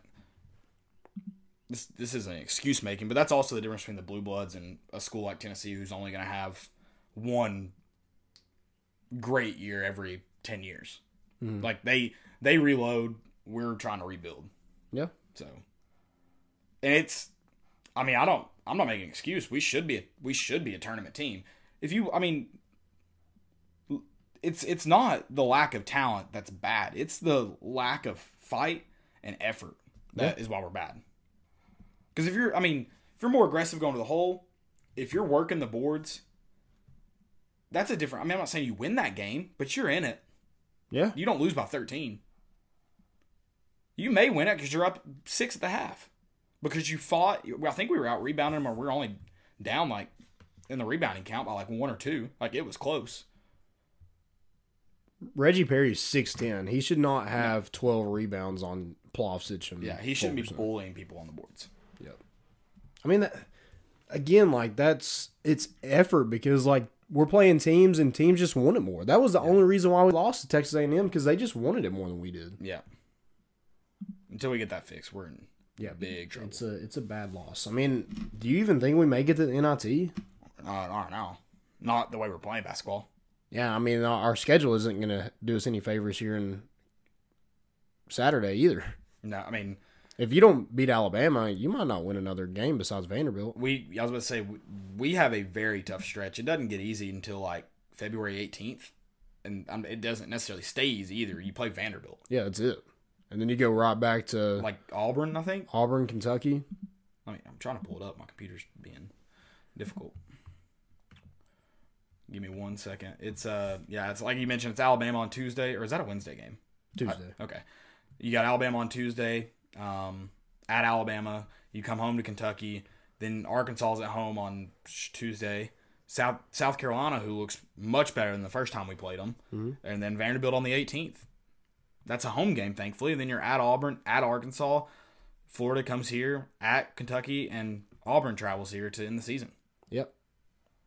[SPEAKER 1] this this isn't excuse making, but that's also the difference between the blue bloods and a school like Tennessee, who's only going to have one great year every ten years.
[SPEAKER 2] Mhm.
[SPEAKER 1] Like they they reload, we're trying to rebuild.
[SPEAKER 2] Yeah,
[SPEAKER 1] So, and it's, I mean, I don't, I'm not making an excuse. We should be, a, we should be a tournament team. If you, I mean, it's it's not the lack of talent that's bad. It's the lack of fight and effort that is why we're bad. Because if you're, I mean, if you're more aggressive going to the hole, if you're working the boards, that's a different. I mean, I'm not saying you win that game, but you're in it
[SPEAKER 2] yeah,
[SPEAKER 1] you don't lose by 13. You may win it because you're up six at the half because you fought. I think we were out rebounding them, or we are only down like in the rebounding count by like one or two. Like it was close.
[SPEAKER 2] Reggie Perry's six ten. He should not have twelve rebounds on Plovsic. And
[SPEAKER 1] Yeah, he shouldn't be
[SPEAKER 2] Fulkerson.
[SPEAKER 1] bullying people on the boards.
[SPEAKER 2] I mean, that, again, like that's it's effort because like we're playing teams and teams just want it more. That was the only reason why we lost to Texas A and M because they just wanted it more than we did.
[SPEAKER 1] Yeah. Until we get that fixed, we're in
[SPEAKER 2] Yeah,
[SPEAKER 1] big trouble.
[SPEAKER 2] it's a it's a bad loss. I mean, do you even think we make it to the NIT?
[SPEAKER 1] Uh, not now. Not the way we're playing basketball.
[SPEAKER 2] Yeah, I mean, our our schedule isn't going to do us any favors here in Saturday either.
[SPEAKER 1] No, I mean
[SPEAKER 2] If you don't beat Alabama, you might not win another game besides Vanderbilt.
[SPEAKER 1] we. I was about to say we- we have a very tough stretch. It doesn't get easy until like February 18th, and um, it doesn't necessarily stay easy either. You play Vanderbilt.
[SPEAKER 2] Yeah, that's it. And then you go right back to
[SPEAKER 1] like Auburn, I think.
[SPEAKER 2] Auburn, Kentucky.
[SPEAKER 1] I mean, I'm trying to pull it up. My computer's being difficult. Give me one second. It's uh, yeah, it's like you mentioned. It's Alabama on Tuesday, or is that a Wednesday game? I-
[SPEAKER 2] Tuesday.
[SPEAKER 1] okay, you got Alabama on Tuesday. Um, at Alabama, you come home to Kentucky. Then Arkansas's at home on sh- Tuesday. South South Carolina, who looks much better than the first time we played them, and then Vanderbilt on the 18th. That's a home game, thankfully. Then you're at Auburn, at Arkansas. Florida comes here, at Kentucky, and Auburn travels here to end the season.
[SPEAKER 2] Yep.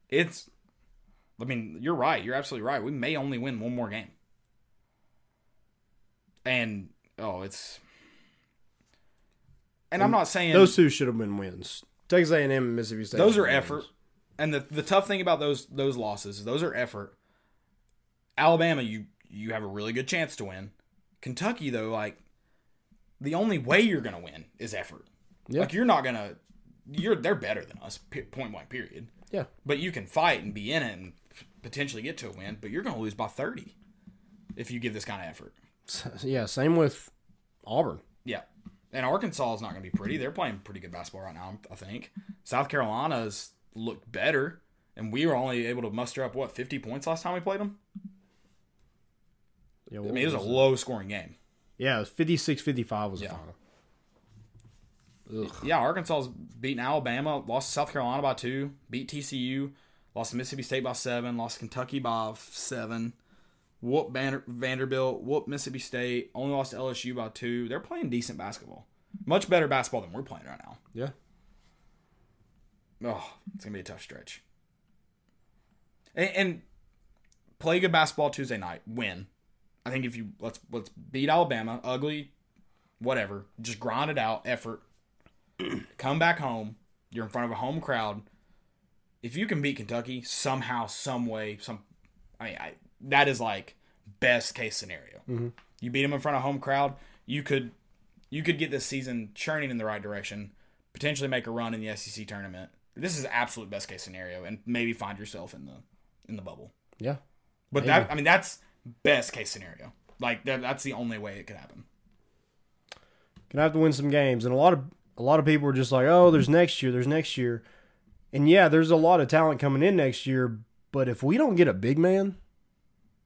[SPEAKER 1] It's, I mean, you're right. You're absolutely right. We may only win one more game. And, oh, it's. And, I'm not saying
[SPEAKER 2] Those two should have been wins. Texas A&M and Mississippi State.
[SPEAKER 1] those
[SPEAKER 2] should
[SPEAKER 1] are
[SPEAKER 2] have
[SPEAKER 1] effort.
[SPEAKER 2] been wins.
[SPEAKER 1] And the, the tough thing about those those losses is those are effort. Alabama, you you have a really good chance to win. Kentucky, though, like the only way you're gonna win is effort.
[SPEAKER 2] Yeah.
[SPEAKER 1] Like you're not gonna you're they're better than us. pe- Point blank. Period.
[SPEAKER 2] Yeah.
[SPEAKER 1] But you can fight and be in it and potentially get to a win. But you're gonna lose by thirty if you give this kind of effort.
[SPEAKER 2] S- Yeah, same with Auburn.
[SPEAKER 1] Yeah. And Arkansas is not going to be pretty. They're playing pretty good basketball right now, I think. South Carolina's looked better, and we were only able to muster up, what, 50 points last time we played them?
[SPEAKER 2] Yeah,
[SPEAKER 1] I mean, it was a low scoring game.
[SPEAKER 2] yeah, it was 56-55 was
[SPEAKER 1] Yeah.
[SPEAKER 2] the final. Ugh.
[SPEAKER 1] Yeah, Arkansas's beating Alabama, lost to South Carolina by two, beat TCU, lost to Mississippi State by seven, lost to Kentucky by seven. whoop Vander- Vanderbilt, whoop Mississippi State, only lost to LSU by two. They're playing decent basketball, much better basketball than we're playing right now.
[SPEAKER 2] Yeah.
[SPEAKER 1] Oh, it's gonna be a tough stretch. And, and play good basketball Tuesday night. Win. I think if you let's let's beat Alabama, ugly, whatever. Just grind it out, effort. (clears throat) Come back home. You're in front of a home crowd. If you can beat Kentucky somehow, some way, some, I mean, I, that is like best case scenario. You beat them in front of home crowd. You could, you could get this season churning in the right direction. Potentially make a run in the SEC tournament. This is absolute best case scenario, and maybe find yourself in the in the bubble.
[SPEAKER 2] Yeah.
[SPEAKER 1] But that I mean that's best case scenario. Like that, that's the only way it could happen.
[SPEAKER 2] Gonna have to win some games. And a lot of a lot of people are just like, oh, there's next year, there's next year. And yeah, there's a lot of talent coming in next year, but if we don't get a big man,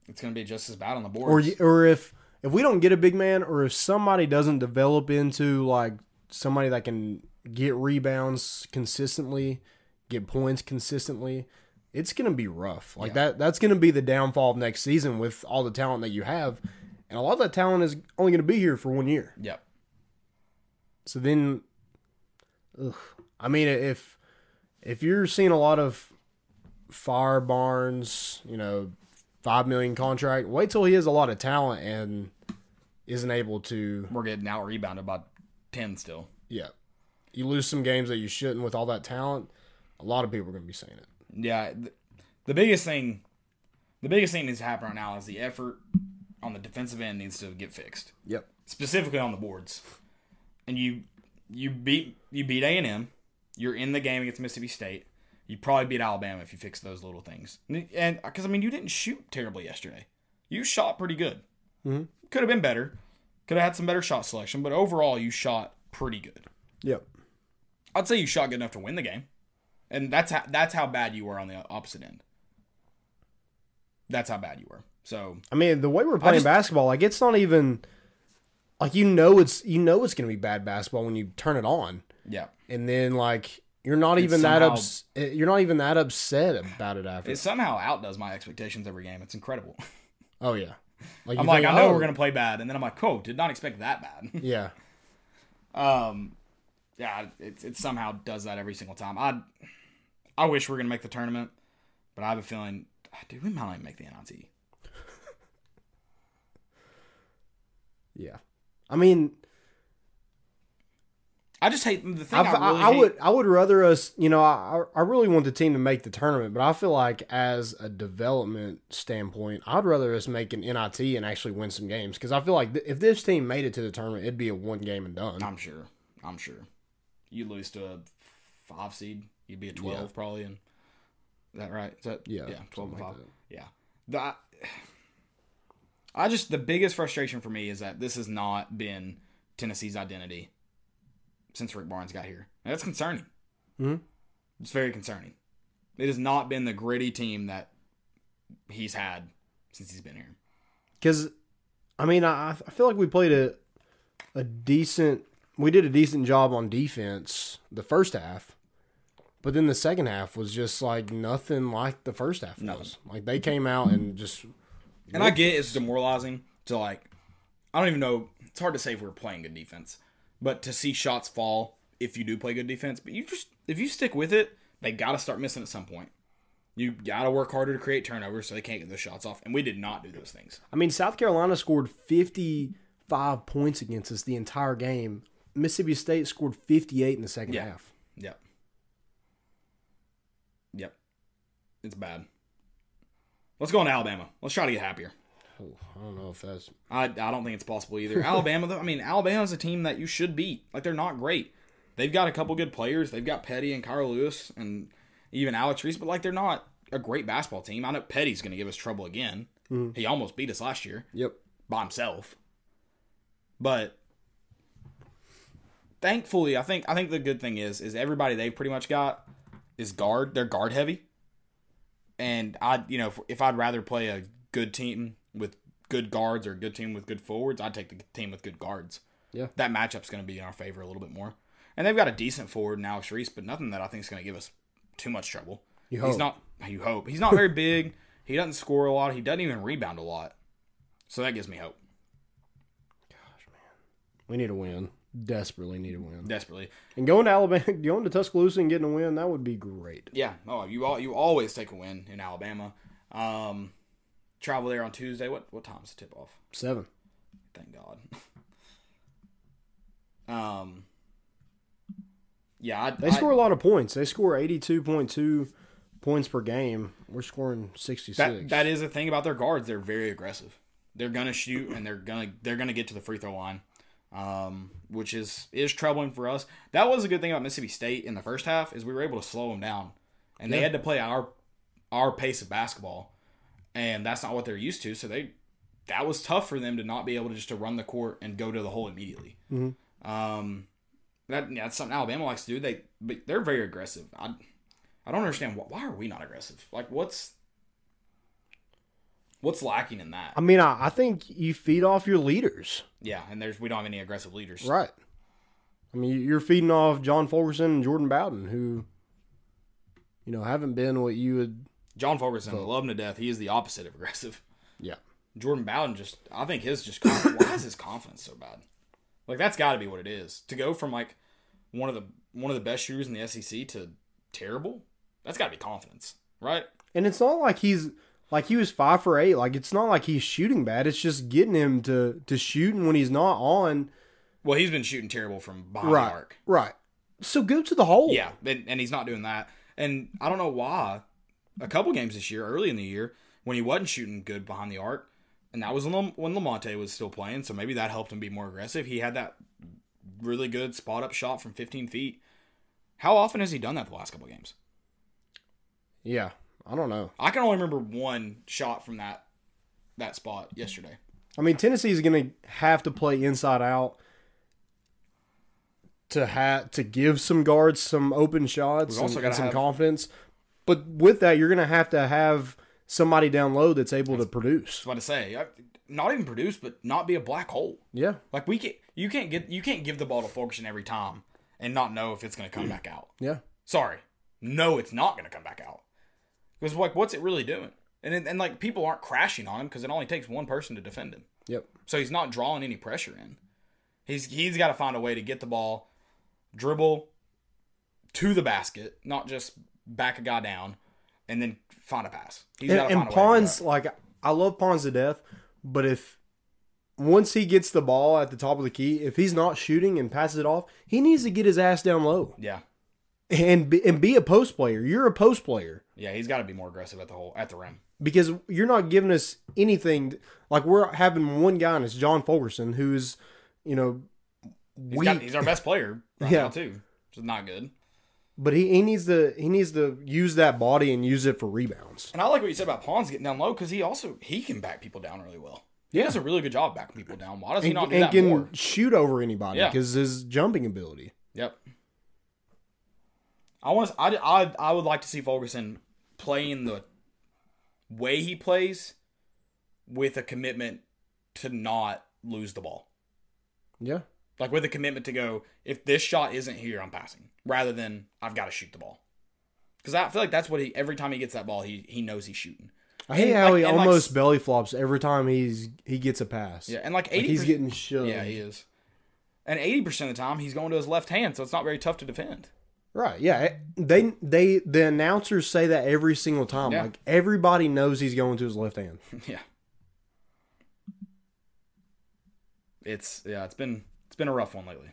[SPEAKER 1] It's going to be just as bad on the
[SPEAKER 2] or
[SPEAKER 1] boards.
[SPEAKER 2] y- or if if we don't get a big man, or if somebody doesn't develop into like somebody that can get rebounds consistently, get points consistently, it's gonna be rough. Like that that's gonna be the downfall of next season with all the talent that you have, and a lot of that talent is only gonna be here for one year.
[SPEAKER 1] yep.
[SPEAKER 2] So then, ugh. I mean, if if you're seeing a lot of fire Barnes, you know, five million contract, wait till he has a lot of talent and isn't able to.
[SPEAKER 1] We're getting out rebounded by 10 still.
[SPEAKER 2] Yeah, you lose some games that you shouldn't with all that talent. A lot of people are going to be saying it.
[SPEAKER 1] Yeah. th- the biggest thing, the biggest thing that's happening right now is the effort on the defensive end needs to get fixed,
[SPEAKER 2] Yep.
[SPEAKER 1] specifically on the boards. And you, you beat, you beat A&M. You're in the game against Mississippi State. You probably beat Alabama if you fix those little things. And- And because I mean, you didn't shoot terribly yesterday. You shot pretty good. Could have been better. Could have had some better shot selection, but overall, you shot pretty good.
[SPEAKER 2] Yep.
[SPEAKER 1] I'd say you shot good enough to win the game, and that's how that's how bad you were on the opposite end. That's how bad you were. So
[SPEAKER 2] I mean, the way we're playing
[SPEAKER 1] just-
[SPEAKER 2] basketball, like it's not even like you know it's you know it's going to be bad basketball when you turn it on.
[SPEAKER 1] yeah,
[SPEAKER 2] and then like you're not even that
[SPEAKER 1] somehow-
[SPEAKER 2] ups- eh, you're not even that upset about it after.
[SPEAKER 1] it somehow outdoes my expectations every game. It's incredible.
[SPEAKER 2] oh yeah, like
[SPEAKER 1] I'm
[SPEAKER 2] you
[SPEAKER 1] like,
[SPEAKER 2] think,
[SPEAKER 1] I know
[SPEAKER 2] oh,
[SPEAKER 1] we're gonna play bad, and then I'm like, oh, did not expect that bad. (laughs)
[SPEAKER 2] Yeah,
[SPEAKER 1] um, yeah, it it somehow does that every single time. I I wish we were gonna make the tournament, but I have a feeling, ah, dude, we might not even make the NIT.
[SPEAKER 2] yeah. I mean,
[SPEAKER 1] I just hate the thing.
[SPEAKER 2] I,
[SPEAKER 1] I,
[SPEAKER 2] I,
[SPEAKER 1] really
[SPEAKER 2] I
[SPEAKER 1] hate-
[SPEAKER 2] would I would rather us. You know, I I really want the team to make the tournament, but I feel like as a development standpoint, I'd rather us make an NIT and actually win some games because I feel like th- if this team made it to the tournament, it'd be a one game and done.
[SPEAKER 1] I'm sure. I'm sure. You lose to a five seed, you'd be a twelve probably, and is that right? Is that
[SPEAKER 2] Yeah,
[SPEAKER 1] yeah, twelve and
[SPEAKER 2] something
[SPEAKER 1] five.
[SPEAKER 2] like that.
[SPEAKER 1] yeah, The- I- (sighs) I just the biggest frustration for me is that this has not been Tennessee's identity since Rick Barnes got here. And that's concerning.
[SPEAKER 2] Mhm.
[SPEAKER 1] It's very concerning. It has not been the gritty team that he's had since he's been here.
[SPEAKER 2] Because, I mean, I, I feel like we played a a decent. We did a decent job on defense the first half, but then the second half was just like nothing like the first half was. Like they came out and just
[SPEAKER 1] And I get it's demoralizing to like I don't even know it's hard to say if we're playing good defense, but to see shots fall if you do play good defense, but you just if you stick with it, they gotta start missing at some point. You gotta work harder to create turnovers so they can't get those shots off. And we did not do those things.
[SPEAKER 2] I mean, South Carolina scored 55 points against us the entire game. Mississippi State scored 58 in the second
[SPEAKER 1] Yeah.
[SPEAKER 2] half.
[SPEAKER 1] Yep. Yep. It's bad. Let's go on to Alabama. Let's try to get happier.
[SPEAKER 2] Oh, I don't know if that's
[SPEAKER 1] I, I don't think it's possible either. Alabama, though, I mean, Alabama's a team that you should beat. Like, they're not great. They've got a couple good players. They've got Petty and Kyle Lewis and even Alex Reese, but, like, they're not a great basketball team. I know Petty's going to give us trouble again. He almost beat us last year
[SPEAKER 2] yep.
[SPEAKER 1] by himself. But thankfully, I think I think the good thing is is everybody they've pretty much got is guard. They're guard heavy, and I you know if, if I'd rather play a good team with good guards or a good team with good forwards, I'd take the team with good guards.
[SPEAKER 2] Yeah.
[SPEAKER 1] that matchup's going to be in our favor a little bit more. And they've got a decent forward now, Alex Reese, but nothing that I think is going to give us too much trouble.
[SPEAKER 2] You
[SPEAKER 1] He's
[SPEAKER 2] hope.
[SPEAKER 1] not. You hope he's not very big. He doesn't score a lot. He doesn't even rebound a lot. So that gives me hope.
[SPEAKER 2] We need a win. Desperately need a win.
[SPEAKER 1] Desperately.
[SPEAKER 2] And going to Alabama, (laughs) going to Tuscaloosa and getting a win, that would be great.
[SPEAKER 1] Yeah. Oh, you all you always take a win in Alabama. Um, travel there on Tuesday. What what time's the tip off?
[SPEAKER 2] Seven.
[SPEAKER 1] Thank God. (laughs) um. Yeah, I,
[SPEAKER 2] They
[SPEAKER 1] I-
[SPEAKER 2] score a lot of points. They score eighty-two point two points per game. We're scoring
[SPEAKER 1] that
[SPEAKER 2] sixty-six.
[SPEAKER 1] that is the thing about their guards. They're very aggressive. They're gonna shoot and they're gonna they're gonna get to the free throw line, um, which is is troubling for us. That was a good thing about Mississippi State in the first half is we were able to slow them down, and they had to play our our pace of basketball, and that's not what they're used to. So they that was tough for them to not be able to just to run the court and go to the hole immediately. Um, that that's something Alabama likes to do. They but they're very aggressive. I I don't understand why, why are we not aggressive. Like what's what's lacking in that?
[SPEAKER 2] I mean, I, I think you feed off your leaders,
[SPEAKER 1] Yeah, and there's we don't have any aggressive leaders.
[SPEAKER 2] right? I mean, you're feeding off John Fulkerson and Jordan Bowden, who, you know, haven't been what you would.
[SPEAKER 1] John Fulkerson, I love him to death. He is the opposite of aggressive.
[SPEAKER 2] (laughs) Yeah,
[SPEAKER 1] Jordan Bowden just I think his just conf- why is his confidence so bad? Like that's got to be what it is. To go from like one of the one of the best shooters in the SEC to terrible, that's got to be confidence, right?
[SPEAKER 2] and it's not like he's like he was five for eight. Like it's not like he's shooting bad. It's just getting him to to shoot, and when he's not on,
[SPEAKER 1] Well, he's been shooting terrible from behind the
[SPEAKER 2] right,
[SPEAKER 1] arc.
[SPEAKER 2] right. So go to the hole.
[SPEAKER 1] Yeah, and, and he's not doing that. And I don't know why. A couple games this year, early in the year, when he wasn't shooting good behind the arc, and that was when Lam- when Lamonte was still playing, so maybe that helped him be more aggressive. He had that really good spot up shot from 15 feet. How often has he done that the last couple games?
[SPEAKER 2] yeah. I don't know.
[SPEAKER 1] I can only remember one shot from that that spot yesterday.
[SPEAKER 2] I mean, Tennessee's going to have to play inside out to ha- to give some guards some open shots
[SPEAKER 1] We've also
[SPEAKER 2] and,
[SPEAKER 1] gotta
[SPEAKER 2] and some
[SPEAKER 1] have-
[SPEAKER 2] confidence. But with that, you're going to have to have somebody down low that's able to
[SPEAKER 1] I was
[SPEAKER 2] produce.
[SPEAKER 1] about to say, I- not even produce, but not be a black hole.
[SPEAKER 2] Yeah,
[SPEAKER 1] Like we can, you can't get, you can't give the ball to Fulkerson every time and not know if it's going to come back out.
[SPEAKER 2] yeah.
[SPEAKER 1] Sorry. No, it's not going to come back out. Because, like, what's it really doing? And, then- and like, people aren't crashing on him because it only takes one person to defend him.
[SPEAKER 2] Yep.
[SPEAKER 1] So he's not drawing any pressure in. He's He's got to find a way to get the ball, dribble to the basket, not just back a guy down, and then find a pass. He's
[SPEAKER 2] And,
[SPEAKER 1] gotta find
[SPEAKER 2] and
[SPEAKER 1] a way to do
[SPEAKER 2] Pons,
[SPEAKER 1] that.
[SPEAKER 2] like, I love Pons to death, but if once he gets the ball at the top of the key, if he's not shooting and passes it off, he needs to get his ass down low
[SPEAKER 1] Yeah.
[SPEAKER 2] and be, and be a post player. You're a post player.
[SPEAKER 1] Yeah, he's got to be more aggressive at the hole, at the rim.
[SPEAKER 2] because you're not giving us anything. Like we're having one guy, and it's John Fulkerson, who's you know
[SPEAKER 1] He's,
[SPEAKER 2] weak,
[SPEAKER 1] got, he's our best
[SPEAKER 2] (laughs)
[SPEAKER 1] player right
[SPEAKER 2] Yeah.
[SPEAKER 1] now, too, which is not good.
[SPEAKER 2] but he, he needs to he needs to use that body and use it for rebounds.
[SPEAKER 1] And I like what you said about Pons getting down low because he also he can back people down really well. He does a really good job backing people down. Why does he
[SPEAKER 2] And,
[SPEAKER 1] not do
[SPEAKER 2] and
[SPEAKER 1] that
[SPEAKER 2] can
[SPEAKER 1] more?
[SPEAKER 2] shoot over anybody
[SPEAKER 1] Yeah.
[SPEAKER 2] because his jumping ability.
[SPEAKER 1] Yep. I want. I, I I would like to see Fulkerson playing the way he plays with a commitment to not lose the ball.
[SPEAKER 2] Yeah,
[SPEAKER 1] Like with a commitment to go, if this shot isn't here, I'm passing. Rather than I've got to shoot the ball. Because I feel like that's what he every time he gets that ball, he he knows he's shooting.
[SPEAKER 2] I hate
[SPEAKER 1] And,
[SPEAKER 2] how
[SPEAKER 1] like-
[SPEAKER 2] he
[SPEAKER 1] and, like,
[SPEAKER 2] almost belly flops every time he's he gets a pass.
[SPEAKER 1] Yeah, and like
[SPEAKER 2] Like,
[SPEAKER 1] eighty.
[SPEAKER 2] he's getting shoved.
[SPEAKER 1] Yeah, he is. And eighty percent of the time, he's going to his left hand, so it's not very tough to defend.
[SPEAKER 2] Right. Yeah. Eh, They they the announcers say that every single time.
[SPEAKER 1] Yeah.
[SPEAKER 2] Like everybody knows he's going to his left hand.
[SPEAKER 1] (laughs) yeah. It's yeah, it's been it's been a rough one lately.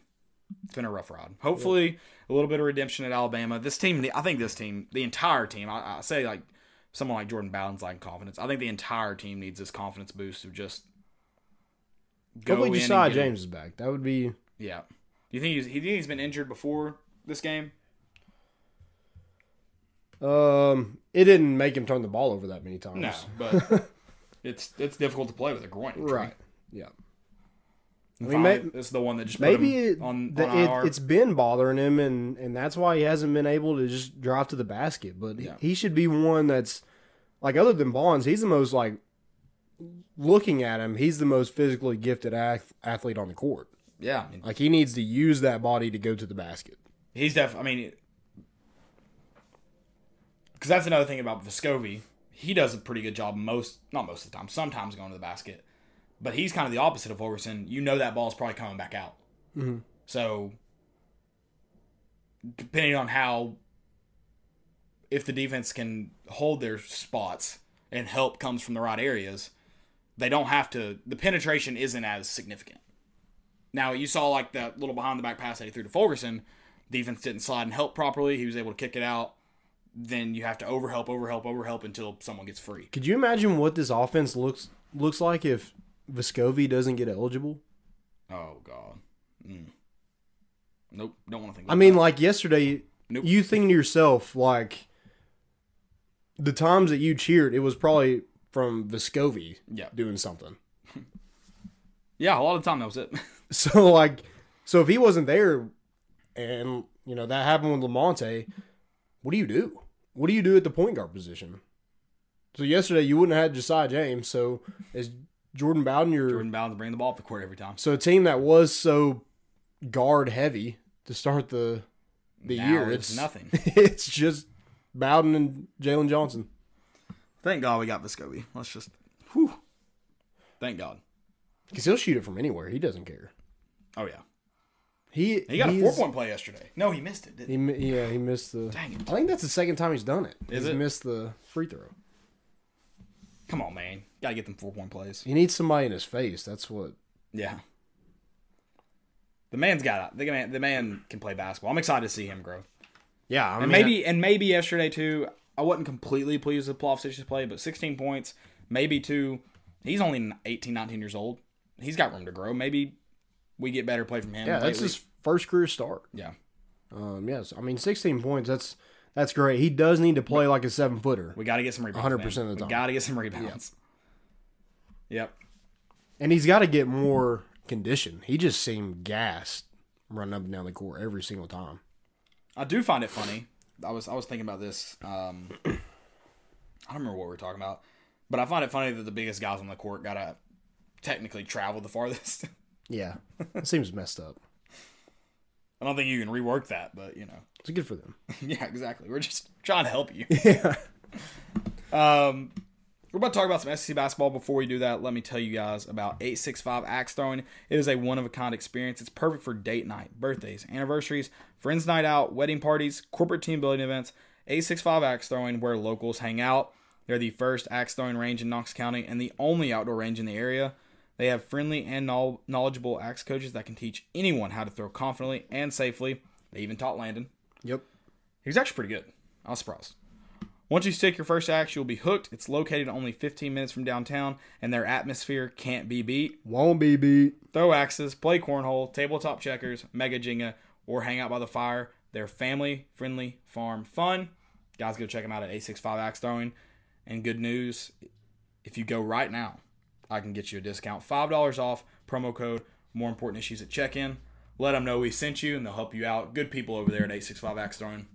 [SPEAKER 1] It's been a rough ride. Hopefully, a little bit of redemption at Alabama. This team, I think this team, the entire team. I, I say like someone like Jordan Bowden's lacking confidence. I think the entire team needs this confidence boost of just go
[SPEAKER 2] Hopefully,
[SPEAKER 1] in and
[SPEAKER 2] Josiah
[SPEAKER 1] get-
[SPEAKER 2] James is back. That would be
[SPEAKER 1] Yeah. You think he's, you think he's been injured before this game?
[SPEAKER 2] Um, it didn't make him turn the ball over that many times.
[SPEAKER 1] No,
[SPEAKER 2] (laughs)
[SPEAKER 1] but it's it's difficult to play with a groin injury.
[SPEAKER 2] Right. Yeah.
[SPEAKER 1] And
[SPEAKER 2] I mean,
[SPEAKER 1] finally,
[SPEAKER 2] may-
[SPEAKER 1] this is the one that just
[SPEAKER 2] Maybe
[SPEAKER 1] put him
[SPEAKER 2] it,
[SPEAKER 1] on,
[SPEAKER 2] the,
[SPEAKER 1] on IR.
[SPEAKER 2] it, it's been bothering him, and, and that's why he hasn't been able to just drive to the basket. But he-
[SPEAKER 1] Yeah.
[SPEAKER 2] he, should be one that's like other than Bonds, he's the most like looking at him. He's the most physically gifted ath- athlete on the court.
[SPEAKER 1] yeah, I mean,
[SPEAKER 2] Like he needs to use that body to go to the basket.
[SPEAKER 1] he's def. I mean, because that's another thing about Vescovi. He does a pretty good job most, not most of the time, sometimes going to the basket, But he's kind of the opposite of Holgerson. You know that ball's probably coming back out.
[SPEAKER 2] Mhm.
[SPEAKER 1] So, depending on how, if the defense can hold their spots and help comes from the right areas, they don't have to. The penetration isn't as significant. Now you saw like that little behind the back pass that he threw to Fulgerson. Defense didn't slide and help properly. He was able to kick it out. Then you have to overhelp, overhelp, overhelp until someone gets free.
[SPEAKER 2] Could you imagine what this offense looks looks like if Vescovi doesn't get eligible?
[SPEAKER 1] Oh God. Mm. Nope. Don't want to think.
[SPEAKER 2] I mean, like yesterday,
[SPEAKER 1] Nope.
[SPEAKER 2] you think to yourself, like the times that you cheered, it was probably from Vescovi
[SPEAKER 1] Yeah.
[SPEAKER 2] doing something. (laughs)
[SPEAKER 1] yeah. A lot of the time that was it. (laughs)
[SPEAKER 2] So like, so if he wasn't there, and you know that happened with Lamonte, what do you do? What do you do at the point guard position? So yesterday you wouldn't have had Josiah James. So is Jordan Bowden your
[SPEAKER 1] Jordan Bowden to bring the ball up the court every time.
[SPEAKER 2] so a team that was so guard heavy to start the the
[SPEAKER 1] Now
[SPEAKER 2] year?
[SPEAKER 1] it's
[SPEAKER 2] It's
[SPEAKER 1] nothing.
[SPEAKER 2] (laughs) It's just Bowden and Jalen Johnson.
[SPEAKER 1] Thank God we got Viscovi. Let's just. Whew. Thank God.
[SPEAKER 2] Because he'll shoot it from anywhere. He doesn't care.
[SPEAKER 1] Oh yeah.
[SPEAKER 2] He
[SPEAKER 1] He got a
[SPEAKER 2] he's-
[SPEAKER 1] four point play yesterday. No, he missed it. Didn't
[SPEAKER 2] He, mi- yeah, he missed the.
[SPEAKER 1] Dang it.
[SPEAKER 2] I think that's the second time he's done it.
[SPEAKER 1] Is
[SPEAKER 2] he's
[SPEAKER 1] it?
[SPEAKER 2] missed the free throw.
[SPEAKER 1] he? Come on, man. Gotta get them four point plays.
[SPEAKER 2] He needs somebody in his face. That's what.
[SPEAKER 1] Yeah. The man's got it. The man, the man can play basketball. I'm excited to see him grow.
[SPEAKER 2] Yeah, I mean,
[SPEAKER 1] And maybe and maybe yesterday too. I wasn't completely pleased with Plovsic's play, but 16 points, maybe two. He's only 18, 19 years old. He's got room to grow. Maybe we get better play from him.
[SPEAKER 2] yeah, that's
[SPEAKER 1] lately.
[SPEAKER 2] his first career start.
[SPEAKER 1] yeah.
[SPEAKER 2] Um, yes, I mean, sixteen points. That's that's great. He does need to play like a seven footer,
[SPEAKER 1] We got to get some rebounds.
[SPEAKER 2] 100%
[SPEAKER 1] man.
[SPEAKER 2] of the
[SPEAKER 1] We
[SPEAKER 2] time.
[SPEAKER 1] got to get some rebounds. Yep.
[SPEAKER 2] and he's got to get more condition. He just seemed gassed running up and down the court every single time.
[SPEAKER 1] I do find it funny. I was I was thinking about this. Um, (clears throat) I don't remember what we were talking about, but I find it funny that the biggest guys on the court gotta technically travel the farthest. (laughs)
[SPEAKER 2] Yeah, it seems messed up.
[SPEAKER 1] I don't think you can rework that, but you know.
[SPEAKER 2] It's good for them.
[SPEAKER 1] (laughs) Yeah, exactly. We're just trying to help you.
[SPEAKER 2] Yeah.
[SPEAKER 1] Um, we're about to talk about some SEC basketball. Before we do that, let me tell you guys about 865 Axe Throwing. It is a one of a kind experience. It's perfect for date night, birthdays, anniversaries, friends' night out, wedding parties, corporate team building events. 865 Axe Throwing, where locals hang out. They're the first axe throwing range in Knox County and the only outdoor range in the area. They have friendly and knowl- knowledgeable axe coaches that can teach anyone how to throw confidently and safely. They even taught Landon.
[SPEAKER 2] Yep.
[SPEAKER 1] He was actually pretty good. I was surprised. Once you stick your first axe, you'll be hooked. It's located only 15 minutes from downtown, and their atmosphere can't be beat.
[SPEAKER 2] Won't be beat.
[SPEAKER 1] Throw axes, play cornhole, tabletop checkers, mega jenga, or hang out by the fire. They're family friendly farm fun. Guys, go check them out at A65 Axe Throwing. And good news if you go right now, I can get you a discount $5 off, promo code, more important issues at check in. Let them know we sent you, and they'll help you out. Good people over there at A65 Axe Throwing.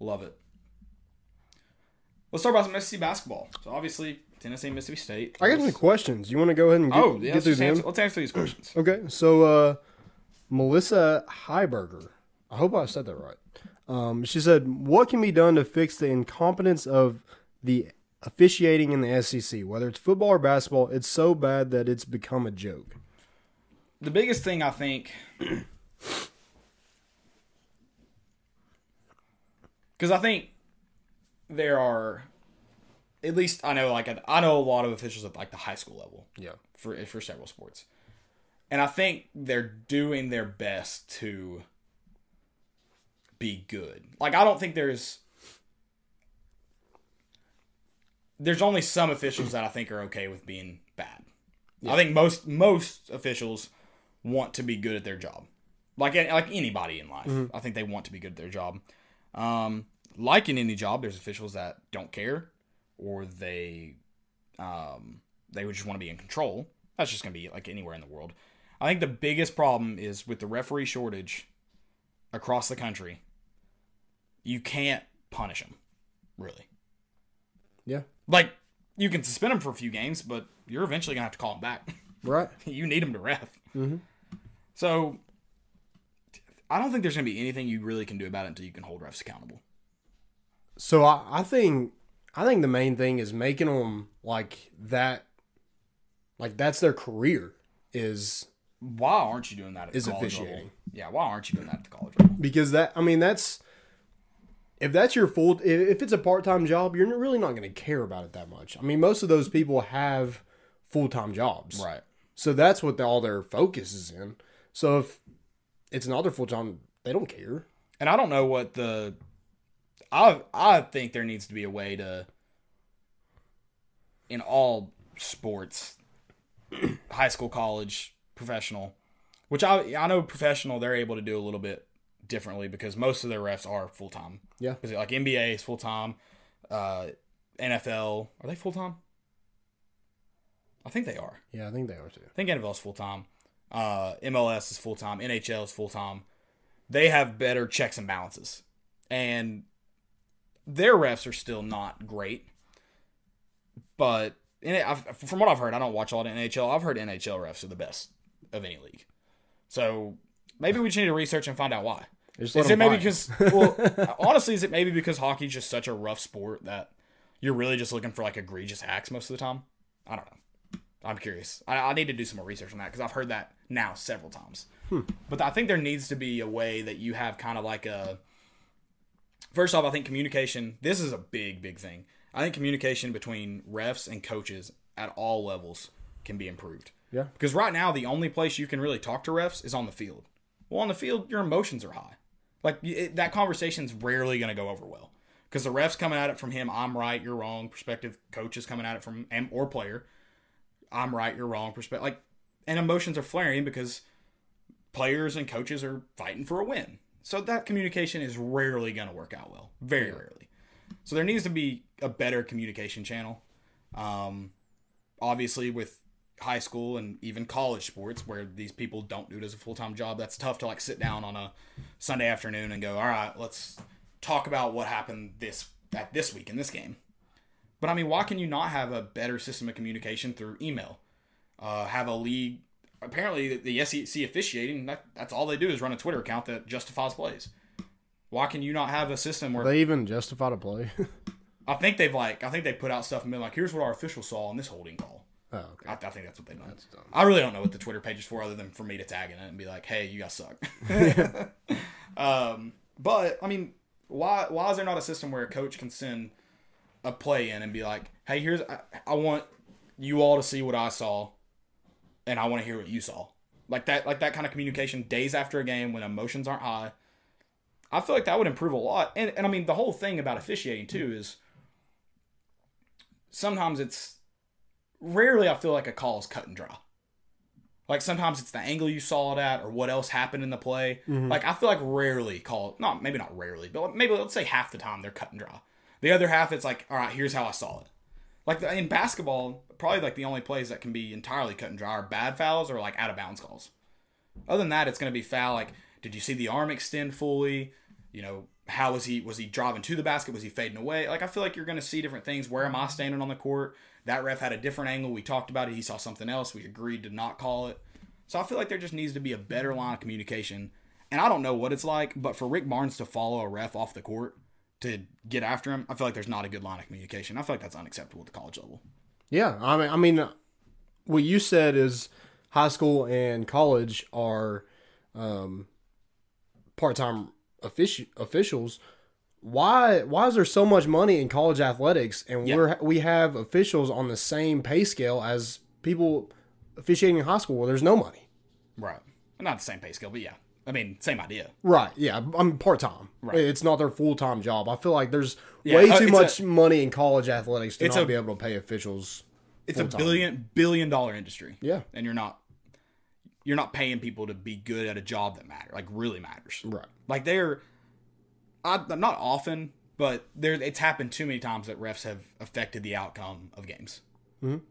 [SPEAKER 1] Love it. Let's talk about some SEC basketball. So, obviously, Tennessee, Mississippi State.
[SPEAKER 2] I got some questions. You want to go ahead and get,
[SPEAKER 1] Oh, yeah,
[SPEAKER 2] get
[SPEAKER 1] let's,
[SPEAKER 2] through
[SPEAKER 1] just
[SPEAKER 2] them?
[SPEAKER 1] answer, let's answer these questions.
[SPEAKER 2] Okay, so uh, Melissa Heiberger, I hope I said that right. Um, she said, "What can be done to fix the incompetence of the officiating in the SEC? Whether it's football or basketball, it's so bad that it's become a joke."
[SPEAKER 1] the biggest thing I think, (clears throat) because I think there are, at least I know like I know a lot of officials at like the high school level
[SPEAKER 2] Yeah,
[SPEAKER 1] for for several sports, and I think they're doing their best to be good. Like I don't think there's there's only some officials that I think are okay with being bad. I think most most officials want to be good at their job, like like anybody in life. I think they want to be good at their job. Um, like in any job, there's officials that don't care, or they um, they would just want to be in control. That's just gonna be like anywhere in the world. I think the biggest problem is with the referee shortage across the country. You can't punish them, really.
[SPEAKER 2] yeah,
[SPEAKER 1] Like you can suspend them for a few games, but you're eventually gonna have to call them back. (laughs)
[SPEAKER 2] right.
[SPEAKER 1] you need them to ref.
[SPEAKER 2] Mhm.
[SPEAKER 1] So I don't think there's going to be anything you really can do about it until you can hold refs accountable.
[SPEAKER 2] So I, I think I think the main thing is making them like that Like that's their career is
[SPEAKER 1] Why aren't you doing that at the
[SPEAKER 2] Is
[SPEAKER 1] college
[SPEAKER 2] officiating.
[SPEAKER 1] level? Yeah, why aren't you doing that at the college level?
[SPEAKER 2] because that I mean that's if that's your full if if it's a part-time job, you're really not going to care about it that much. I mean, most of those people have full-time jobs.
[SPEAKER 1] Right.
[SPEAKER 2] So that's what the, all their focus is in. So if it's another full time, they don't care.
[SPEAKER 1] And I don't know what the I I think there needs to be a way to in all sports (clears throat) high school, college, professional, which I I know professional they're able to do a little bit differently because most of their refs are full time.
[SPEAKER 2] Yeah.
[SPEAKER 1] Because like NBA is full time, uh NFL, are they full time? I think they are.
[SPEAKER 2] Yeah, I think they are too.
[SPEAKER 1] I think NFL's full time. Uh, MLS is full time. NHL is full time. They have better checks and balances, and their refs are still not great. But in it, I've, from what I've heard, I don't watch a lot of NHL. I've heard NHL refs are the best of any league. So maybe we just need to research and find out why. Is it maybe because well, honestly, is it maybe because hockey's just such a rough sport that you're really just looking for like egregious acts most of the time? I don't know. I'm curious. I, I need to do some more research on that because I've heard that now several times. But I think there needs to be a way that you have kind of like a. First off, I think communication. This is a big, big thing. I think communication between refs and coaches at all levels can be improved.
[SPEAKER 2] Yeah.
[SPEAKER 1] Because right now, the only place you can really talk to refs is on the field. Well, on the field, your emotions are high. Like y- it, that conversation's rarely going to go over well because the refs coming at it from him. I'm right, you're wrong. Perspective coach is coming at it from and or player. I'm right, you're wrong. Perspective like and emotions are flaring because players and coaches are fighting for a win. So that communication is rarely going to work out well. Very rarely. So there needs to be a better communication channel. Um, obviously, with high school and even college sports where these people don't do it as a full-time job that's tough to like sit down on a sunday afternoon and go all right let's talk about what happened this at this week in this game but i mean why can you not have a better system of communication through email uh, have a league apparently the sec officiating that, that's all they do is run a twitter account that justifies plays why can you not have a system where
[SPEAKER 2] They even justified a play. (laughs)
[SPEAKER 1] i think they've like i think they put out stuff and been like here's what our official saw on this holding call
[SPEAKER 2] oh, okay.
[SPEAKER 1] I, I think that's what they've done. I really don't know what the Twitter page is for, other than for me to tag in it and be like, "Hey, you guys suck." (laughs) um, but I mean, why why is there not a system where a coach can send a play in and be like, "Hey, here's I, I want you all to see what I saw, and I want to hear what you saw." Like that, like that kind of communication days after a game when emotions aren't high. I feel like that would improve a lot, and and I mean the whole thing about officiating too is sometimes it's rarely I feel like a call is cut and dry. Like sometimes it's the angle you saw it at or what else happened in the play. Like I feel like rarely call not maybe not rarely, but maybe let's say half the time they're cut and dry. The other half it's like, all right, here's how I saw it. Like the, in basketball, probably like the only plays that can be entirely cut and dry are bad fouls or like out of bounds calls. Other than that, it's going to be foul. Like, did you see the arm extend fully? You know, how was he? Was he driving to the basket? Was he fading away? Like, I feel like you're going to see different things. Where am I standing on the court? That ref had a different angle. We talked about it. He saw something else. We agreed to not call it. So I feel like there just needs to be a better line of communication. And I don't know what it's like, but for Rick Barnes to follow a ref off the court to get after him, I feel like there's not a good line of communication. I feel like that's unacceptable at the college level.
[SPEAKER 2] Yeah, I mean, I mean, uh, what you said is high school and college are um, part-time offici- officials. Why? Why is there so much money in college athletics, and
[SPEAKER 1] Yeah.
[SPEAKER 2] we're we have officials on the same pay scale as people officiating in high school where there's no money?
[SPEAKER 1] Right. Not the same pay scale, but yeah. I mean, same idea.
[SPEAKER 2] Right. Yeah. I'm part time.
[SPEAKER 1] Right.
[SPEAKER 2] It's not their full time job. I feel like there's
[SPEAKER 1] Yeah,
[SPEAKER 2] way
[SPEAKER 1] uh,
[SPEAKER 2] too
[SPEAKER 1] it's
[SPEAKER 2] much money in college athletics to
[SPEAKER 1] it's
[SPEAKER 2] not
[SPEAKER 1] a-
[SPEAKER 2] be able to pay officials.
[SPEAKER 1] it's a
[SPEAKER 2] full-time.
[SPEAKER 1] billion billion dollar industry.
[SPEAKER 2] Yeah.
[SPEAKER 1] And you're not you're not paying people to be good at a job that matter, like really matters.
[SPEAKER 2] Right.
[SPEAKER 1] Like they're I, not often, but there it's happened too many times that refs have affected the outcome of games. Mm-hmm.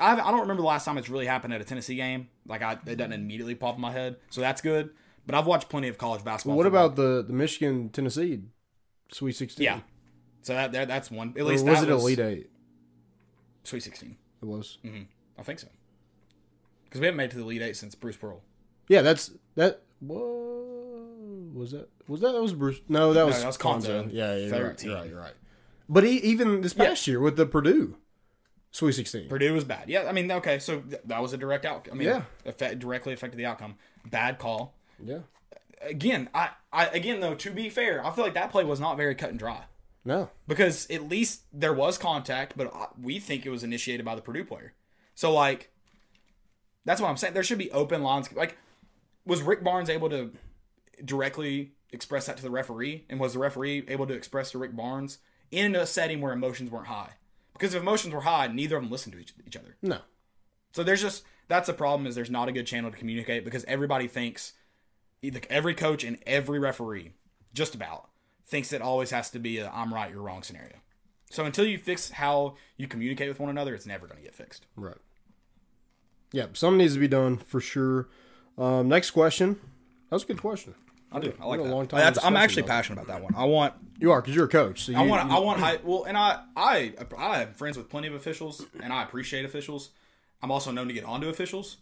[SPEAKER 1] I I don't remember the last time it's really happened at a Tennessee game. Like I, it doesn't immediately pop in my head, so that's good. But I've watched plenty of college basketball.
[SPEAKER 2] What
[SPEAKER 1] football.
[SPEAKER 2] about the the Michigan Tennessee Sweet Sixteen?
[SPEAKER 1] yeah? So that, that that's one. At
[SPEAKER 2] Or
[SPEAKER 1] least
[SPEAKER 2] was
[SPEAKER 1] that
[SPEAKER 2] it Elite Eight?
[SPEAKER 1] Sweet Sixteen.
[SPEAKER 2] It was.
[SPEAKER 1] I think so. Because we haven't made it to the lead eight since Bruce Pearl.
[SPEAKER 2] Yeah, that's that. Whoa, was that? Was that? That was Bruce. No, that was,
[SPEAKER 1] that was
[SPEAKER 2] Conzo.
[SPEAKER 1] Conzo.
[SPEAKER 2] Yeah, yeah, you're right,
[SPEAKER 1] 13.
[SPEAKER 2] you're right. You're right. But e even this past year with the Purdue, Sweet 16.
[SPEAKER 1] Purdue was bad. Yeah, I mean, okay, so th- that was a direct outcome. I mean,
[SPEAKER 2] Yeah.
[SPEAKER 1] affect, directly affected the outcome. Bad call.
[SPEAKER 2] Yeah.
[SPEAKER 1] Again, I, I again though to be fair, I feel like that play was not very cut and dry
[SPEAKER 2] No.
[SPEAKER 1] because at least there was contact, but I- we think it was initiated by the Purdue player. So like, that's what I'm saying. There should be open lines. Like, was Rick Barnes able to directly express that to the referee, and was the referee able to express to Rick Barnes in a setting where emotions weren't high? Because if emotions were high, neither of them listened to each, each other.
[SPEAKER 2] No.
[SPEAKER 1] So there's just that's the problem is there's not a good channel to communicate because everybody thinks either every coach and every referee just about thinks it always has to be a I'm right, you're wrong scenario. So until you fix how you communicate with one another, it's never going to get fixed.
[SPEAKER 2] Right. Yep. Something needs to be done for sure. Um, next question. That was a good question.
[SPEAKER 1] I do. I like
[SPEAKER 2] Been a
[SPEAKER 1] that.
[SPEAKER 2] long time
[SPEAKER 1] That's- I'm
[SPEAKER 2] discussion
[SPEAKER 1] actually
[SPEAKER 2] about
[SPEAKER 1] passionate about that one. I want
[SPEAKER 2] You are because you're a coach. So you,
[SPEAKER 1] I want I
[SPEAKER 2] (laughs)
[SPEAKER 1] want high well and I I I am friends with plenty of officials and I appreciate officials. I'm also known to get onto officials,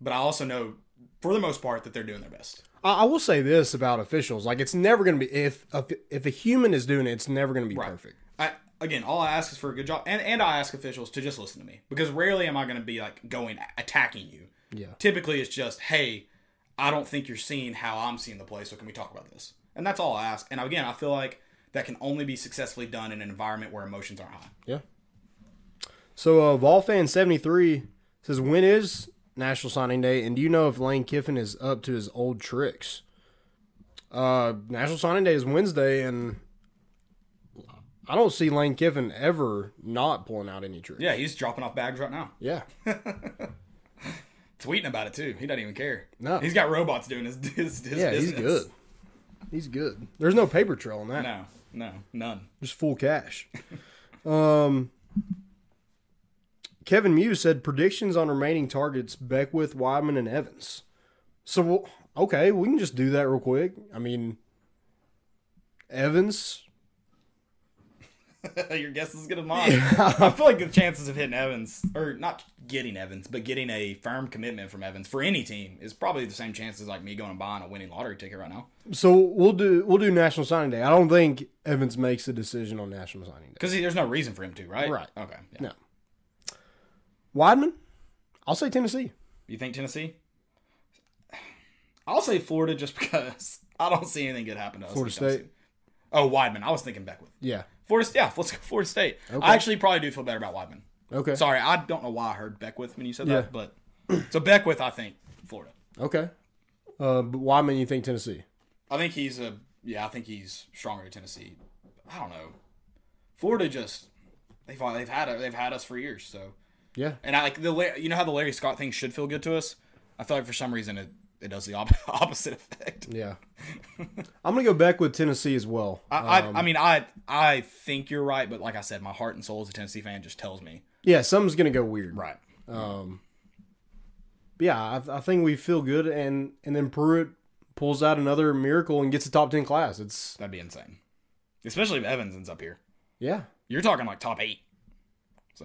[SPEAKER 1] but I also know for the most part that they're doing their best.
[SPEAKER 2] I, I will say this about officials: like it's never going to be if a, if a human is doing it, it's never going to be perfect.
[SPEAKER 1] I again, all I ask is for a good job, and and I ask officials to just listen to me because rarely am I going to be like going attacking you.
[SPEAKER 2] Yeah.
[SPEAKER 1] Typically, it's just hey, I don't think you're seeing how I'm seeing the play, so can we talk about this? And that's all I ask. And again, I feel like that can only be successfully done in an environment where emotions aren't high.
[SPEAKER 2] Yeah. So, uh, Volfan seventy three says, "When is National Signing Day? And do you know if Lane Kiffin is up to his old tricks?" Uh, National Signing Day is Wednesday, and I don't see Lane Kiffin ever not pulling out any tricks.
[SPEAKER 1] Yeah, he's dropping off bags right now, (laughs)
[SPEAKER 2] Yeah.
[SPEAKER 1] tweeting about it too. He doesn't even care.
[SPEAKER 2] No.
[SPEAKER 1] he's got robots doing his (laughs) his, his
[SPEAKER 2] Yeah,
[SPEAKER 1] business.
[SPEAKER 2] he's good. He's good. There's no paper trail on that.
[SPEAKER 1] No, no, none.
[SPEAKER 2] Just full cash. um, Kevin Muse said predictions on remaining targets: Beckwith, Wyman, and Evans. So well, okay, we can just do that real quick. I mean, Evans.
[SPEAKER 1] (laughs) Your guess is as good as mine. I feel like the chances of hitting Evans, or not getting Evans, but getting a firm commitment from Evans for any team is probably the same chances like me going and buying a winning lottery ticket right now.
[SPEAKER 2] So we'll do we'll do National Signing Day. I don't think Evans makes a decision on National Signing Day.
[SPEAKER 1] Because there's no reason for him to, right?
[SPEAKER 2] Right.
[SPEAKER 1] Okay. yeah.
[SPEAKER 2] No. Weidman, I'll say Tennessee.
[SPEAKER 1] You think Tennessee? I'll say Florida just (laughs) because I don't see anything good happen to us.
[SPEAKER 2] Florida
[SPEAKER 1] when it comes
[SPEAKER 2] State.
[SPEAKER 1] to- Oh, Weidman. I was thinking Beckwith.
[SPEAKER 2] Yeah.
[SPEAKER 1] Florida, yeah, let's go Florida State. I actually probably do feel better about Weidman.
[SPEAKER 2] Okay.
[SPEAKER 1] Sorry, I don't know why I heard Beckwith when you said
[SPEAKER 2] Yeah.
[SPEAKER 1] that, but (clears throat) so Beckwith, I think Florida.
[SPEAKER 2] Okay. Uh, but Weidman, you think Tennessee?
[SPEAKER 1] I think he's a yeah. I think he's stronger at Tennessee. I don't know. Florida just they've uh, they've had they've had us for years. So
[SPEAKER 2] Yeah.
[SPEAKER 1] and I like the La- you know how the Larry Scott thing should feel good to us. I feel like for some reason it, it does the op- (laughs) opposite effect.
[SPEAKER 2] Yeah. I'm going to go back with Tennessee as well.
[SPEAKER 1] I, I I mean I I think you're right, but like I said, my heart and soul as a Tennessee fan just tells me
[SPEAKER 2] yeah, something's going to go weird.
[SPEAKER 1] right.
[SPEAKER 2] But yeah, I, I think we feel good. And, and then Pruitt pulls out another miracle and gets a top 10 class. It's,
[SPEAKER 1] That'd be insane, especially if Evans ends up here.
[SPEAKER 2] yeah.
[SPEAKER 1] You're talking like top eight. So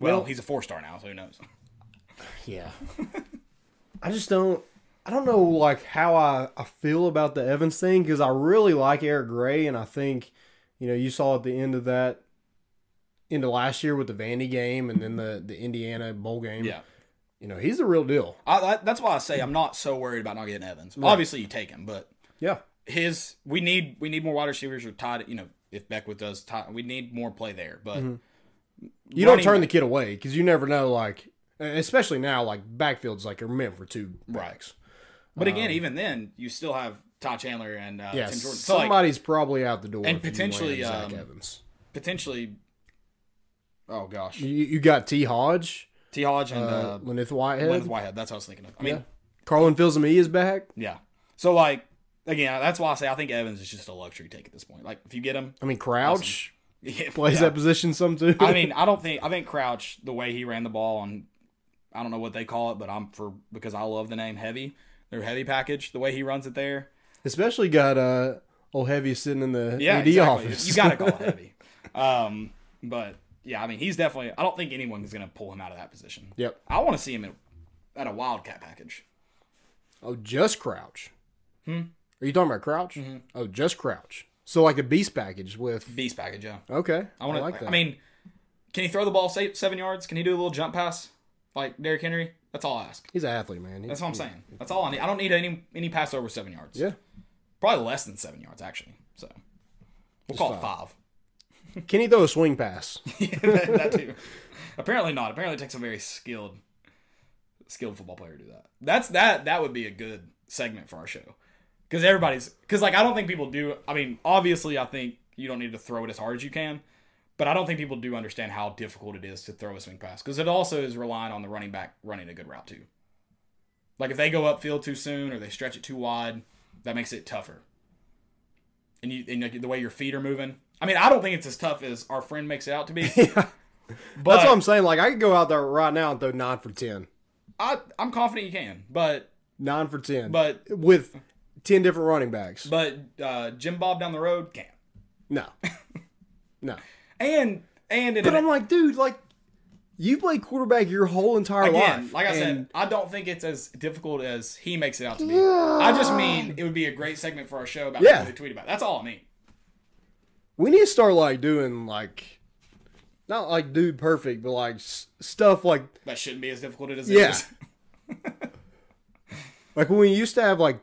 [SPEAKER 1] well,
[SPEAKER 2] Well-
[SPEAKER 1] he's a four star now, so who knows?
[SPEAKER 2] Yeah. (laughs) I just don't. I don't know like how I, I feel about the Evans thing because I really like Eric Gray and I think you know you saw at the end of that end of last year with the Vandy game and then the the Indiana bowl game
[SPEAKER 1] Yeah.
[SPEAKER 2] you know he's the real deal
[SPEAKER 1] I, I, that's why I say I'm not so worried about not getting Evans. Obviously, you take him, but
[SPEAKER 2] yeah
[SPEAKER 1] his we need we need more wide receivers or tied. You know, if Beckwith does, tie, we need more play there. But
[SPEAKER 2] Mm-hmm. you don't
[SPEAKER 1] running
[SPEAKER 2] turn the
[SPEAKER 1] back-
[SPEAKER 2] kid away because you never know like e-, especially now like backfields like are meant for two backs
[SPEAKER 1] but
[SPEAKER 2] Uh,
[SPEAKER 1] again, even then, you still have Ty Chandler and uh,
[SPEAKER 2] yeah
[SPEAKER 1] Tim Jordan. So like,
[SPEAKER 2] somebody's probably out the door
[SPEAKER 1] and
[SPEAKER 2] if you land
[SPEAKER 1] potentially,
[SPEAKER 2] Zach
[SPEAKER 1] um,
[SPEAKER 2] Evans
[SPEAKER 1] potentially, oh gosh,
[SPEAKER 2] you, you got T Hodge
[SPEAKER 1] T. Hodge and
[SPEAKER 2] uh,
[SPEAKER 1] uh,
[SPEAKER 2] Lynith Whitehead
[SPEAKER 1] Lynn Whitehead. That's what I was thinking of. I mean, yeah.
[SPEAKER 2] Carlin Fields and me is back
[SPEAKER 1] So like again, that's why I say I think Evans is just a luxury take at this point. Like if you get him, (laughs)
[SPEAKER 2] I mean Crouch
[SPEAKER 1] yeah,
[SPEAKER 2] plays
[SPEAKER 1] yeah.
[SPEAKER 2] that position some too
[SPEAKER 1] I mean, I don't think I think Crouch the way he ran the ball on I don't know what they call it, but I'm for because I love the name Heavy. Their heavy package, the way he runs it there.
[SPEAKER 2] (laughs) especially got uh old heavy sitting in the
[SPEAKER 1] Yeah,
[SPEAKER 2] AD
[SPEAKER 1] exactly. (laughs)
[SPEAKER 2] office
[SPEAKER 1] You gotta call it heavy. Um, but yeah, I mean, he's definitely. I don't think anyone is gonna pull him out of that position.
[SPEAKER 2] yep
[SPEAKER 1] I want to see him at, at a Wildcat package.
[SPEAKER 2] oh just Crouch hmm are you talking about Crouch
[SPEAKER 1] Mm-hmm.
[SPEAKER 2] oh just Crouch so like a beast package with
[SPEAKER 1] Beast package, yeah.
[SPEAKER 2] okay
[SPEAKER 1] I want to.
[SPEAKER 2] like that
[SPEAKER 1] I mean, Can he throw the ball se- seven yards? Can he do a little jump pass like Derrick Henry? That's all I ask.
[SPEAKER 2] He's an athlete, man. He-
[SPEAKER 1] That's what I'm saying. That's all I need. I don't need any any pass over seven yards.
[SPEAKER 2] Yeah.
[SPEAKER 1] Probably less than seven yards actually. So we'll call (laughs)
[SPEAKER 2] Can he throw a swing pass?
[SPEAKER 1] it five. that too. Apparently not. Apparently it takes a very skilled skilled football player to do that. That's that that would be a good segment for our show. Because everybody's because like I don't think people do I mean, obviously I think you don't need to throw it as hard as you can, but I don't think people do understand how difficult it is to throw a swing pass. Because it also is relying on the running back running a good route too. Like if they go upfield too soon or they stretch it too wide, that makes it tougher. And you and like the way your feet are moving. I mean, I don't think it's as tough as our friend makes it out
[SPEAKER 2] (laughs)
[SPEAKER 1] to be. But
[SPEAKER 2] That's what I'm saying. Like I could go out there right now and throw nine for ten.
[SPEAKER 1] I, I'm confident you can. But
[SPEAKER 2] Nine for ten.
[SPEAKER 1] but
[SPEAKER 2] with ten different running backs.
[SPEAKER 1] but uh, Jim Bob down the road can't. (laughs)
[SPEAKER 2] no. no.
[SPEAKER 1] And and in
[SPEAKER 2] But
[SPEAKER 1] an,
[SPEAKER 2] I'm like, dude, like you play quarterback your whole entire
[SPEAKER 1] again,
[SPEAKER 2] life.
[SPEAKER 1] like I said,
[SPEAKER 2] and
[SPEAKER 1] I don't think it's as difficult as he makes it out to be. I just mean it would be a great segment for our show about
[SPEAKER 2] Yeah.
[SPEAKER 1] what they tweet about. That's all I mean.
[SPEAKER 2] we need to start like doing like not like dude perfect, but like s- stuff like
[SPEAKER 1] That shouldn't be as difficult as it is.
[SPEAKER 2] Yeah. like when we used to have like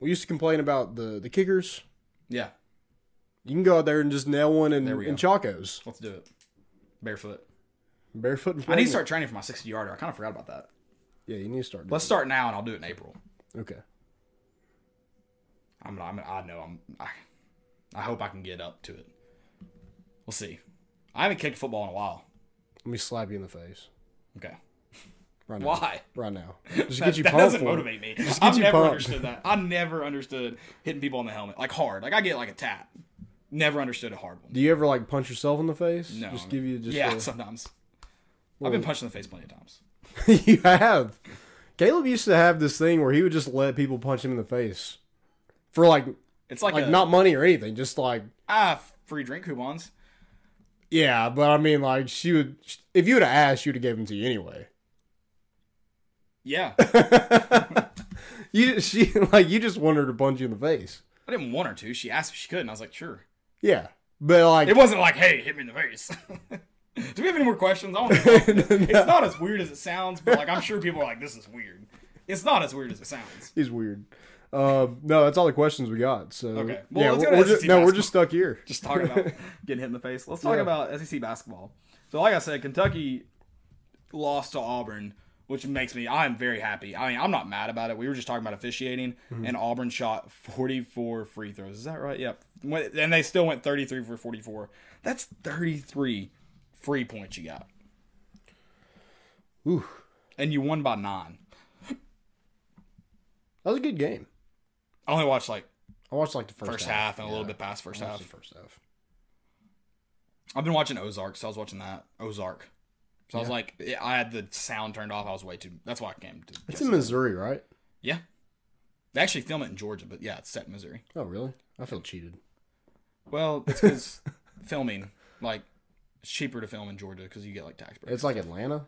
[SPEAKER 2] we used to complain about the the kickers.
[SPEAKER 1] (laughs) yeah.
[SPEAKER 2] You can go out there and just nail one in,
[SPEAKER 1] There we
[SPEAKER 2] in
[SPEAKER 1] go.
[SPEAKER 2] chacos,
[SPEAKER 1] Let's do it. Barefoot.
[SPEAKER 2] barefoot. And
[SPEAKER 1] I need to start training for my 60 yarder. I kind of forgot about that.
[SPEAKER 2] Yeah, you need to start. doing
[SPEAKER 1] Let's start now, and I'll do it in April.
[SPEAKER 2] it. Okay.
[SPEAKER 1] I'm, I'm I know I'm. I, I hope I can get up to it. We'll see. I haven't kicked football in a while.
[SPEAKER 2] Let me slap you in the face
[SPEAKER 1] Okay.
[SPEAKER 2] right now.
[SPEAKER 1] Why? (laughs)
[SPEAKER 2] Right now. Just
[SPEAKER 1] That,
[SPEAKER 2] get you
[SPEAKER 1] that
[SPEAKER 2] pumped.
[SPEAKER 1] doesn't
[SPEAKER 2] for it.
[SPEAKER 1] motivate me.
[SPEAKER 2] Just get
[SPEAKER 1] I've
[SPEAKER 2] you
[SPEAKER 1] never
[SPEAKER 2] pumped.
[SPEAKER 1] understood that. I never understood hitting people on the helmet like hard. Like I get like a tap. Never understood a hard one.
[SPEAKER 2] Do you ever like punch yourself in the face?
[SPEAKER 1] No.
[SPEAKER 2] Just give you just.
[SPEAKER 1] yeah.
[SPEAKER 2] a-
[SPEAKER 1] sometimes. I've been punched in the face plenty of times.
[SPEAKER 2] (laughs) you have. Caleb used to have this thing where he would just let people punch him in the face for like
[SPEAKER 1] It's like,
[SPEAKER 2] like
[SPEAKER 1] a,
[SPEAKER 2] not money or anything, just like
[SPEAKER 1] ah free drink coupons.
[SPEAKER 2] yeah. But I mean, like she would if you would have asked, she would have gave him to you anyway. (laughs)
[SPEAKER 1] Yeah.
[SPEAKER 2] You she (laughs) like you just wanted her to punch you in the face.
[SPEAKER 1] I didn't want her to. She asked if she could, and I was like, sure.
[SPEAKER 2] Yeah, but like
[SPEAKER 1] It wasn't like, hey, hit me in the face. (laughs) Do we have any more questions? I want
[SPEAKER 2] (laughs)
[SPEAKER 1] to It's not as weird as it sounds, but like I'm sure people are like, this is weird. It's not as weird as it sounds.
[SPEAKER 2] is weird. Uh, no, that's all the questions we got. So
[SPEAKER 1] Okay. Well,
[SPEAKER 2] yeah,
[SPEAKER 1] let's go to
[SPEAKER 2] we're, we're
[SPEAKER 1] SEC
[SPEAKER 2] just, no, we're
[SPEAKER 1] basketball.
[SPEAKER 2] just stuck here.
[SPEAKER 1] Just talking about (laughs) getting hit in the face. Let's talk
[SPEAKER 2] Yeah.
[SPEAKER 1] about SEC basketball. So, like I said, Kentucky lost to Auburn, which makes me I'm very happy. I mean, I'm not mad about it. We were just talking about officiating,
[SPEAKER 2] Hmm.
[SPEAKER 1] and Auburn shot 44 free throws. Is that right? Yep. When- And they still went 33 for 44. That's 33 free points you got.
[SPEAKER 2] Ooh,
[SPEAKER 1] and you won by nine.
[SPEAKER 2] that was a good game.
[SPEAKER 1] I only watched like
[SPEAKER 2] I watched like the first,
[SPEAKER 1] first
[SPEAKER 2] half.
[SPEAKER 1] half and a little bit past first
[SPEAKER 2] I watched
[SPEAKER 1] half.
[SPEAKER 2] the first half.
[SPEAKER 1] I've been watching Ozark, so I was watching that Ozark. So I was like, yeah, I had the sound turned off. I was way too. That's why I came to.
[SPEAKER 2] It's
[SPEAKER 1] Jesse.
[SPEAKER 2] in Missouri, right?
[SPEAKER 1] yeah, they actually film it in Georgia, but yeah, it's set in Missouri.
[SPEAKER 2] Oh, really? I feel cheated.
[SPEAKER 1] Well, (laughs) it's because filming like it's cheaper to film in Georgia because you get like tax breaks.
[SPEAKER 2] It's like (laughs) Atlanta.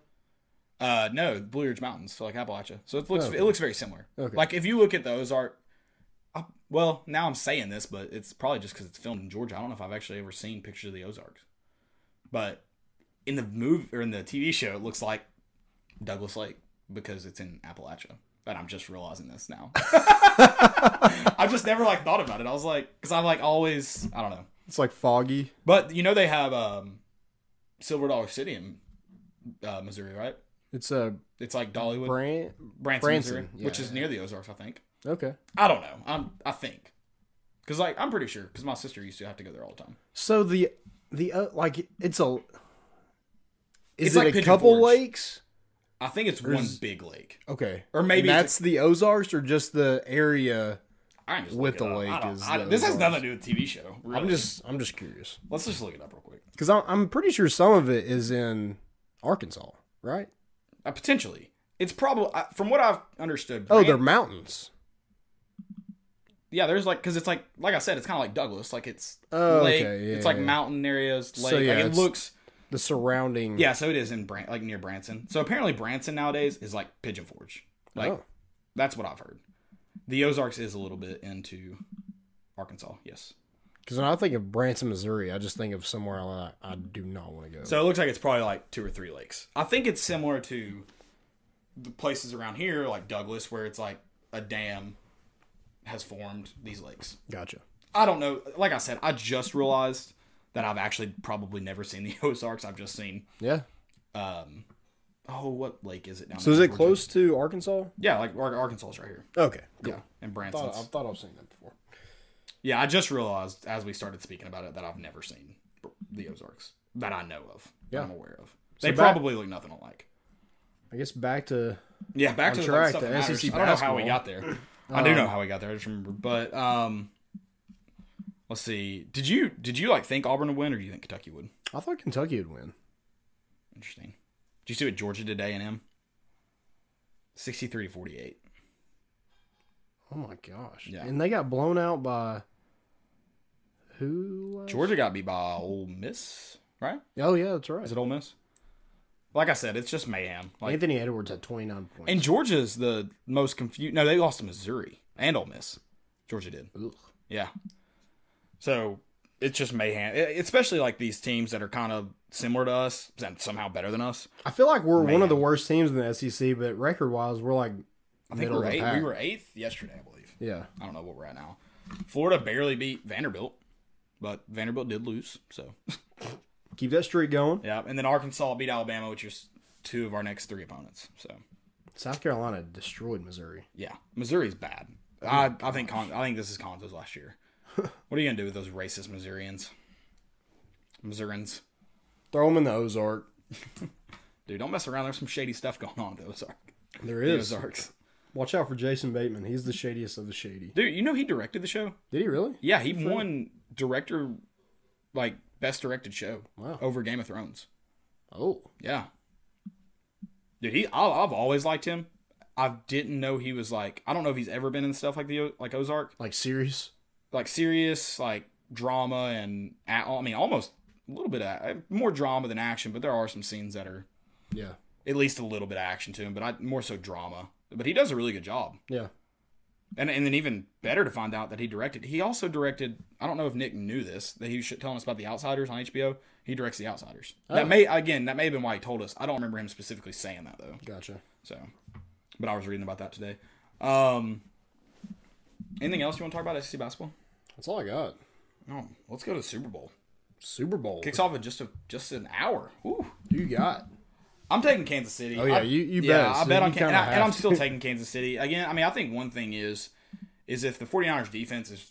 [SPEAKER 1] Uh, no, Blue Ridge Mountains, so like Appalachia. So it looks
[SPEAKER 2] Oh, Okay.
[SPEAKER 1] it looks very similar.
[SPEAKER 2] Okay.
[SPEAKER 1] Like if you look at the Ozark, I, well, now I'm saying this, but it's probably just because it's filmed in Georgia. I don't know if I've actually ever seen pictures of the Ozarks, but in the movie or in the TV show, it looks like Douglas Lake because it's in Appalachia. And I'm just realizing this now. (laughs) I've just never like thought about it. I was like, because I'm like always, I don't know.
[SPEAKER 2] It's like foggy.
[SPEAKER 1] But you know they have um, Silver Dollar City in uh, Missouri, right?
[SPEAKER 2] It's a
[SPEAKER 1] It's like Dollywood.
[SPEAKER 2] brand.
[SPEAKER 1] Branson,
[SPEAKER 2] Branson,
[SPEAKER 1] Missouri,
[SPEAKER 2] yeah,
[SPEAKER 1] which is
[SPEAKER 2] yeah.
[SPEAKER 1] near the Ozarks, I think.
[SPEAKER 2] Okay.
[SPEAKER 1] I don't know. I'm I think because like I'm pretty sure because my sister used to have to go there all the time.
[SPEAKER 2] So the the uh, like it's a. Is
[SPEAKER 1] It's
[SPEAKER 2] it
[SPEAKER 1] like
[SPEAKER 2] a
[SPEAKER 1] Pigeon
[SPEAKER 2] couple
[SPEAKER 1] Forge.
[SPEAKER 2] lakes?
[SPEAKER 1] I think it's one
[SPEAKER 2] There's-
[SPEAKER 1] big lake,
[SPEAKER 2] Okay.
[SPEAKER 1] or maybe it's-
[SPEAKER 2] that's the Ozarks or just the area.
[SPEAKER 1] I can just
[SPEAKER 2] with
[SPEAKER 1] look it
[SPEAKER 2] the
[SPEAKER 1] up.
[SPEAKER 2] lake
[SPEAKER 1] I don't-
[SPEAKER 2] is
[SPEAKER 1] I-
[SPEAKER 2] the
[SPEAKER 1] this has
[SPEAKER 2] Ozarks.
[SPEAKER 1] nothing to do with TV show. Really.
[SPEAKER 2] I'm just I'm just curious
[SPEAKER 1] let's just look it up real quick.
[SPEAKER 2] because I'm I'm pretty sure some of it is in Arkansas, right?
[SPEAKER 1] Uh, potentially, it's probably uh, from what I've understood.
[SPEAKER 2] Oh,
[SPEAKER 1] Bran-
[SPEAKER 2] they're mountains.
[SPEAKER 1] yeah. There's like because it's like like I said, it's kind of like Douglas. Like it's
[SPEAKER 2] Oh,
[SPEAKER 1] lake.
[SPEAKER 2] okay, yeah,
[SPEAKER 1] it's like
[SPEAKER 2] yeah.
[SPEAKER 1] mountain areas. Lake.
[SPEAKER 2] yeah,
[SPEAKER 1] like, it
[SPEAKER 2] it's- Hmm.
[SPEAKER 1] looks.
[SPEAKER 2] The surrounding.
[SPEAKER 1] Yeah, so it is in Bran- like near Branson. So apparently Branson nowadays is like Pigeon Forge. Like
[SPEAKER 2] Oh.
[SPEAKER 1] that's what I've heard. The Ozarks is a little bit into Arkansas. Yes.
[SPEAKER 2] Because when I think of Branson, Missouri, I just think of somewhere I, I do not want to go.
[SPEAKER 1] So it looks like it's probably like two or three lakes. I think it's similar to the places around here, like Douglas, where it's like a dam has formed these lakes.
[SPEAKER 2] gotcha.
[SPEAKER 1] I don't know. Like I said, I just realized that I've actually probably never seen the (laughs) Ozarks. I've just seen,
[SPEAKER 2] Yeah.
[SPEAKER 1] um, oh, what lake is it down
[SPEAKER 2] So
[SPEAKER 1] there
[SPEAKER 2] is
[SPEAKER 1] in
[SPEAKER 2] it
[SPEAKER 1] Georgia?
[SPEAKER 2] close to Arkansas?
[SPEAKER 1] Yeah, like Ar- Arkansas is right here.
[SPEAKER 2] Okay.
[SPEAKER 1] Yeah, and
[SPEAKER 2] Thought, I
[SPEAKER 1] Branson's.
[SPEAKER 2] thought I've seen that before.
[SPEAKER 1] Yeah, I just realized as we started speaking about it that I've never seen Br- the Ozarks that I know of. that
[SPEAKER 2] Yeah.
[SPEAKER 1] I'm aware of.
[SPEAKER 2] So
[SPEAKER 1] They
[SPEAKER 2] back-
[SPEAKER 1] probably look nothing alike.
[SPEAKER 2] I guess back to
[SPEAKER 1] Yeah, back to
[SPEAKER 2] On
[SPEAKER 1] the
[SPEAKER 2] track,
[SPEAKER 1] stuff
[SPEAKER 2] the
[SPEAKER 1] that matters.
[SPEAKER 2] SEC
[SPEAKER 1] I don't know how we
[SPEAKER 2] basketball. Um,
[SPEAKER 1] got there.
[SPEAKER 2] (clears throat)
[SPEAKER 1] I do know how we got there. I just remember. But um, let's see. Did you did you like think Auburn would win, or do you think Kentucky would?
[SPEAKER 2] I thought Kentucky would win.
[SPEAKER 1] Interesting. Did you see what Georgia did? A and M. Sixty-three to forty-eight.
[SPEAKER 2] Oh my gosh.
[SPEAKER 1] Yeah.
[SPEAKER 2] And they got blown out by who? last-
[SPEAKER 1] Georgia got beat by Ole Miss, right?
[SPEAKER 2] Oh yeah, that's right.
[SPEAKER 1] Is it Ole Miss? Like I said, it's just mayhem. Like,
[SPEAKER 2] Anthony Edwards had 29 points.
[SPEAKER 1] and Georgia's the most confused. No, they lost to Missouri and Ole Miss. Georgia did.
[SPEAKER 2] Ugh.
[SPEAKER 1] Yeah. So it's just mayhem, E- especially like these teams that are kind of similar to us and somehow better than us.
[SPEAKER 2] I feel like we're one
[SPEAKER 1] Man.
[SPEAKER 2] of the worst teams in the SEC, but record wise, we're like
[SPEAKER 1] I think
[SPEAKER 2] middle
[SPEAKER 1] we're
[SPEAKER 2] of the
[SPEAKER 1] eight,
[SPEAKER 2] pack.
[SPEAKER 1] we were eighth yesterday, I believe.
[SPEAKER 2] yeah.
[SPEAKER 1] I don't know what we're at now. Florida barely beat Vanderbilt, but Vanderbilt did lose. So
[SPEAKER 2] Keep that streak going.
[SPEAKER 1] yeah, and then Arkansas beat Alabama, which is two of our next three opponents. So
[SPEAKER 2] South Carolina destroyed Missouri.
[SPEAKER 1] yeah, Missouri's bad. I, I think Con- I think this is Conzo's last (laughs) year. What are you gonna do with those racist Missourians? Missourians,
[SPEAKER 2] Throw them in the Ozark.
[SPEAKER 1] dude, don't mess around. There's some shady stuff going on at those Ozark.
[SPEAKER 2] There
[SPEAKER 1] the
[SPEAKER 2] is.
[SPEAKER 1] Ozarks.
[SPEAKER 2] Watch out for Jason Bateman. He's the shadiest of the shady.
[SPEAKER 1] Dude, you know he directed the show?
[SPEAKER 2] Did he really?
[SPEAKER 1] Yeah, he won director like best directed show
[SPEAKER 2] Wow.
[SPEAKER 1] over Game of Thrones.
[SPEAKER 2] Oh.
[SPEAKER 1] Yeah. Dude, he I, I've always liked him. I didn't know he was like I don't know if he's ever been in stuff like the O- like Ozark,
[SPEAKER 2] Like serious?
[SPEAKER 1] like serious like drama and a- I mean almost a little bit of uh, more drama than action, but there are some scenes that are
[SPEAKER 2] Yeah.
[SPEAKER 1] at least a little bit of action to him, but I more so drama. But he does a really good job.
[SPEAKER 2] Yeah.
[SPEAKER 1] And and then even better to find out that he directed. He also directed. I don't know if Nick knew this that he was telling us about the Outsiders on HBO. He directs the Outsiders. That may again that may have been why he told us. I don't remember him specifically saying that though.
[SPEAKER 2] Gotcha.
[SPEAKER 1] So, but I was reading about that today. Um, anything else you want to talk about SEC basketball?
[SPEAKER 2] That's all I got.
[SPEAKER 1] No. Let's go to the Super Bowl.
[SPEAKER 2] Super Bowl.
[SPEAKER 1] Kicks off in just a just an hour. Ooh.
[SPEAKER 2] Who you got?
[SPEAKER 1] I'm taking Kansas City.
[SPEAKER 2] Oh, yeah,
[SPEAKER 1] I-
[SPEAKER 2] you- you
[SPEAKER 1] yeah,
[SPEAKER 2] bet.
[SPEAKER 1] I bet
[SPEAKER 2] So you
[SPEAKER 1] on Kansas,
[SPEAKER 2] kinda
[SPEAKER 1] and, I,
[SPEAKER 2] have
[SPEAKER 1] am
[SPEAKER 2] to.
[SPEAKER 1] still taking Kansas City again. I mean, I think one thing is, is if the 49ers defense is,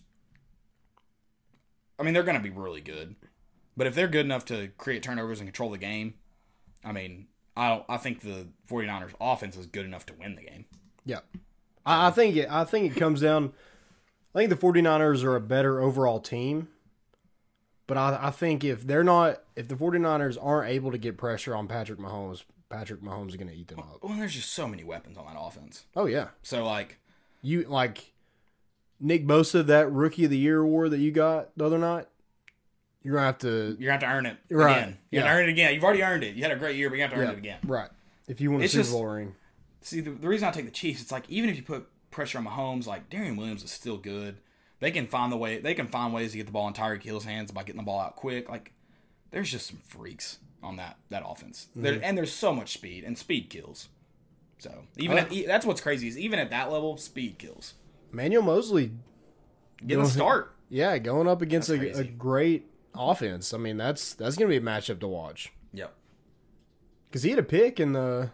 [SPEAKER 1] I mean, they're going to be really good, but if they're good enough to create turnovers and control the game, I mean, I don't. I think the 49ers offense is good enough to win the game.
[SPEAKER 2] Yeah. I, I think it I think it comes down I think the 49ers are a better overall team. But I, I think if they're not if the 49ers aren't able to get pressure on Patrick Mahomes, Patrick Mahomes is gonna eat them up.
[SPEAKER 1] Well, Oh, there's just so many weapons on that offense.
[SPEAKER 2] Oh yeah.
[SPEAKER 1] So like,
[SPEAKER 2] You like Nick Bosa, that rookie of the year award that you got the other night, you're gonna have to
[SPEAKER 1] you're going to have to earn it
[SPEAKER 2] Right,
[SPEAKER 1] again. You're going to
[SPEAKER 2] yeah.
[SPEAKER 1] earn it again. You've already earned it. You had a great year, but you have to earn it again.
[SPEAKER 2] Right. If you want a
[SPEAKER 1] It's
[SPEAKER 2] Super
[SPEAKER 1] just-
[SPEAKER 2] Bowl ring.
[SPEAKER 1] See, the, the reason I take the Chiefs, it's like even if you put pressure on Mahomes, like Darian Williams is still good. They can find the way. They can find ways to get the ball in Tyreek Hill's hands by getting the ball out quick. Like there's just some freaks on that that offense. There,
[SPEAKER 2] Mm-hmm.
[SPEAKER 1] and there's so much speed, and speed kills. So even at, e- that's what's crazy is even at that level, speed kills.
[SPEAKER 2] Manuel Mosley,
[SPEAKER 1] Get a start.
[SPEAKER 2] yeah, going up against
[SPEAKER 1] That's
[SPEAKER 2] a, a
[SPEAKER 1] crazy.
[SPEAKER 2] great offense. I mean, that's that's gonna be a matchup to watch.
[SPEAKER 1] Yep.
[SPEAKER 2] Because he had a pick in the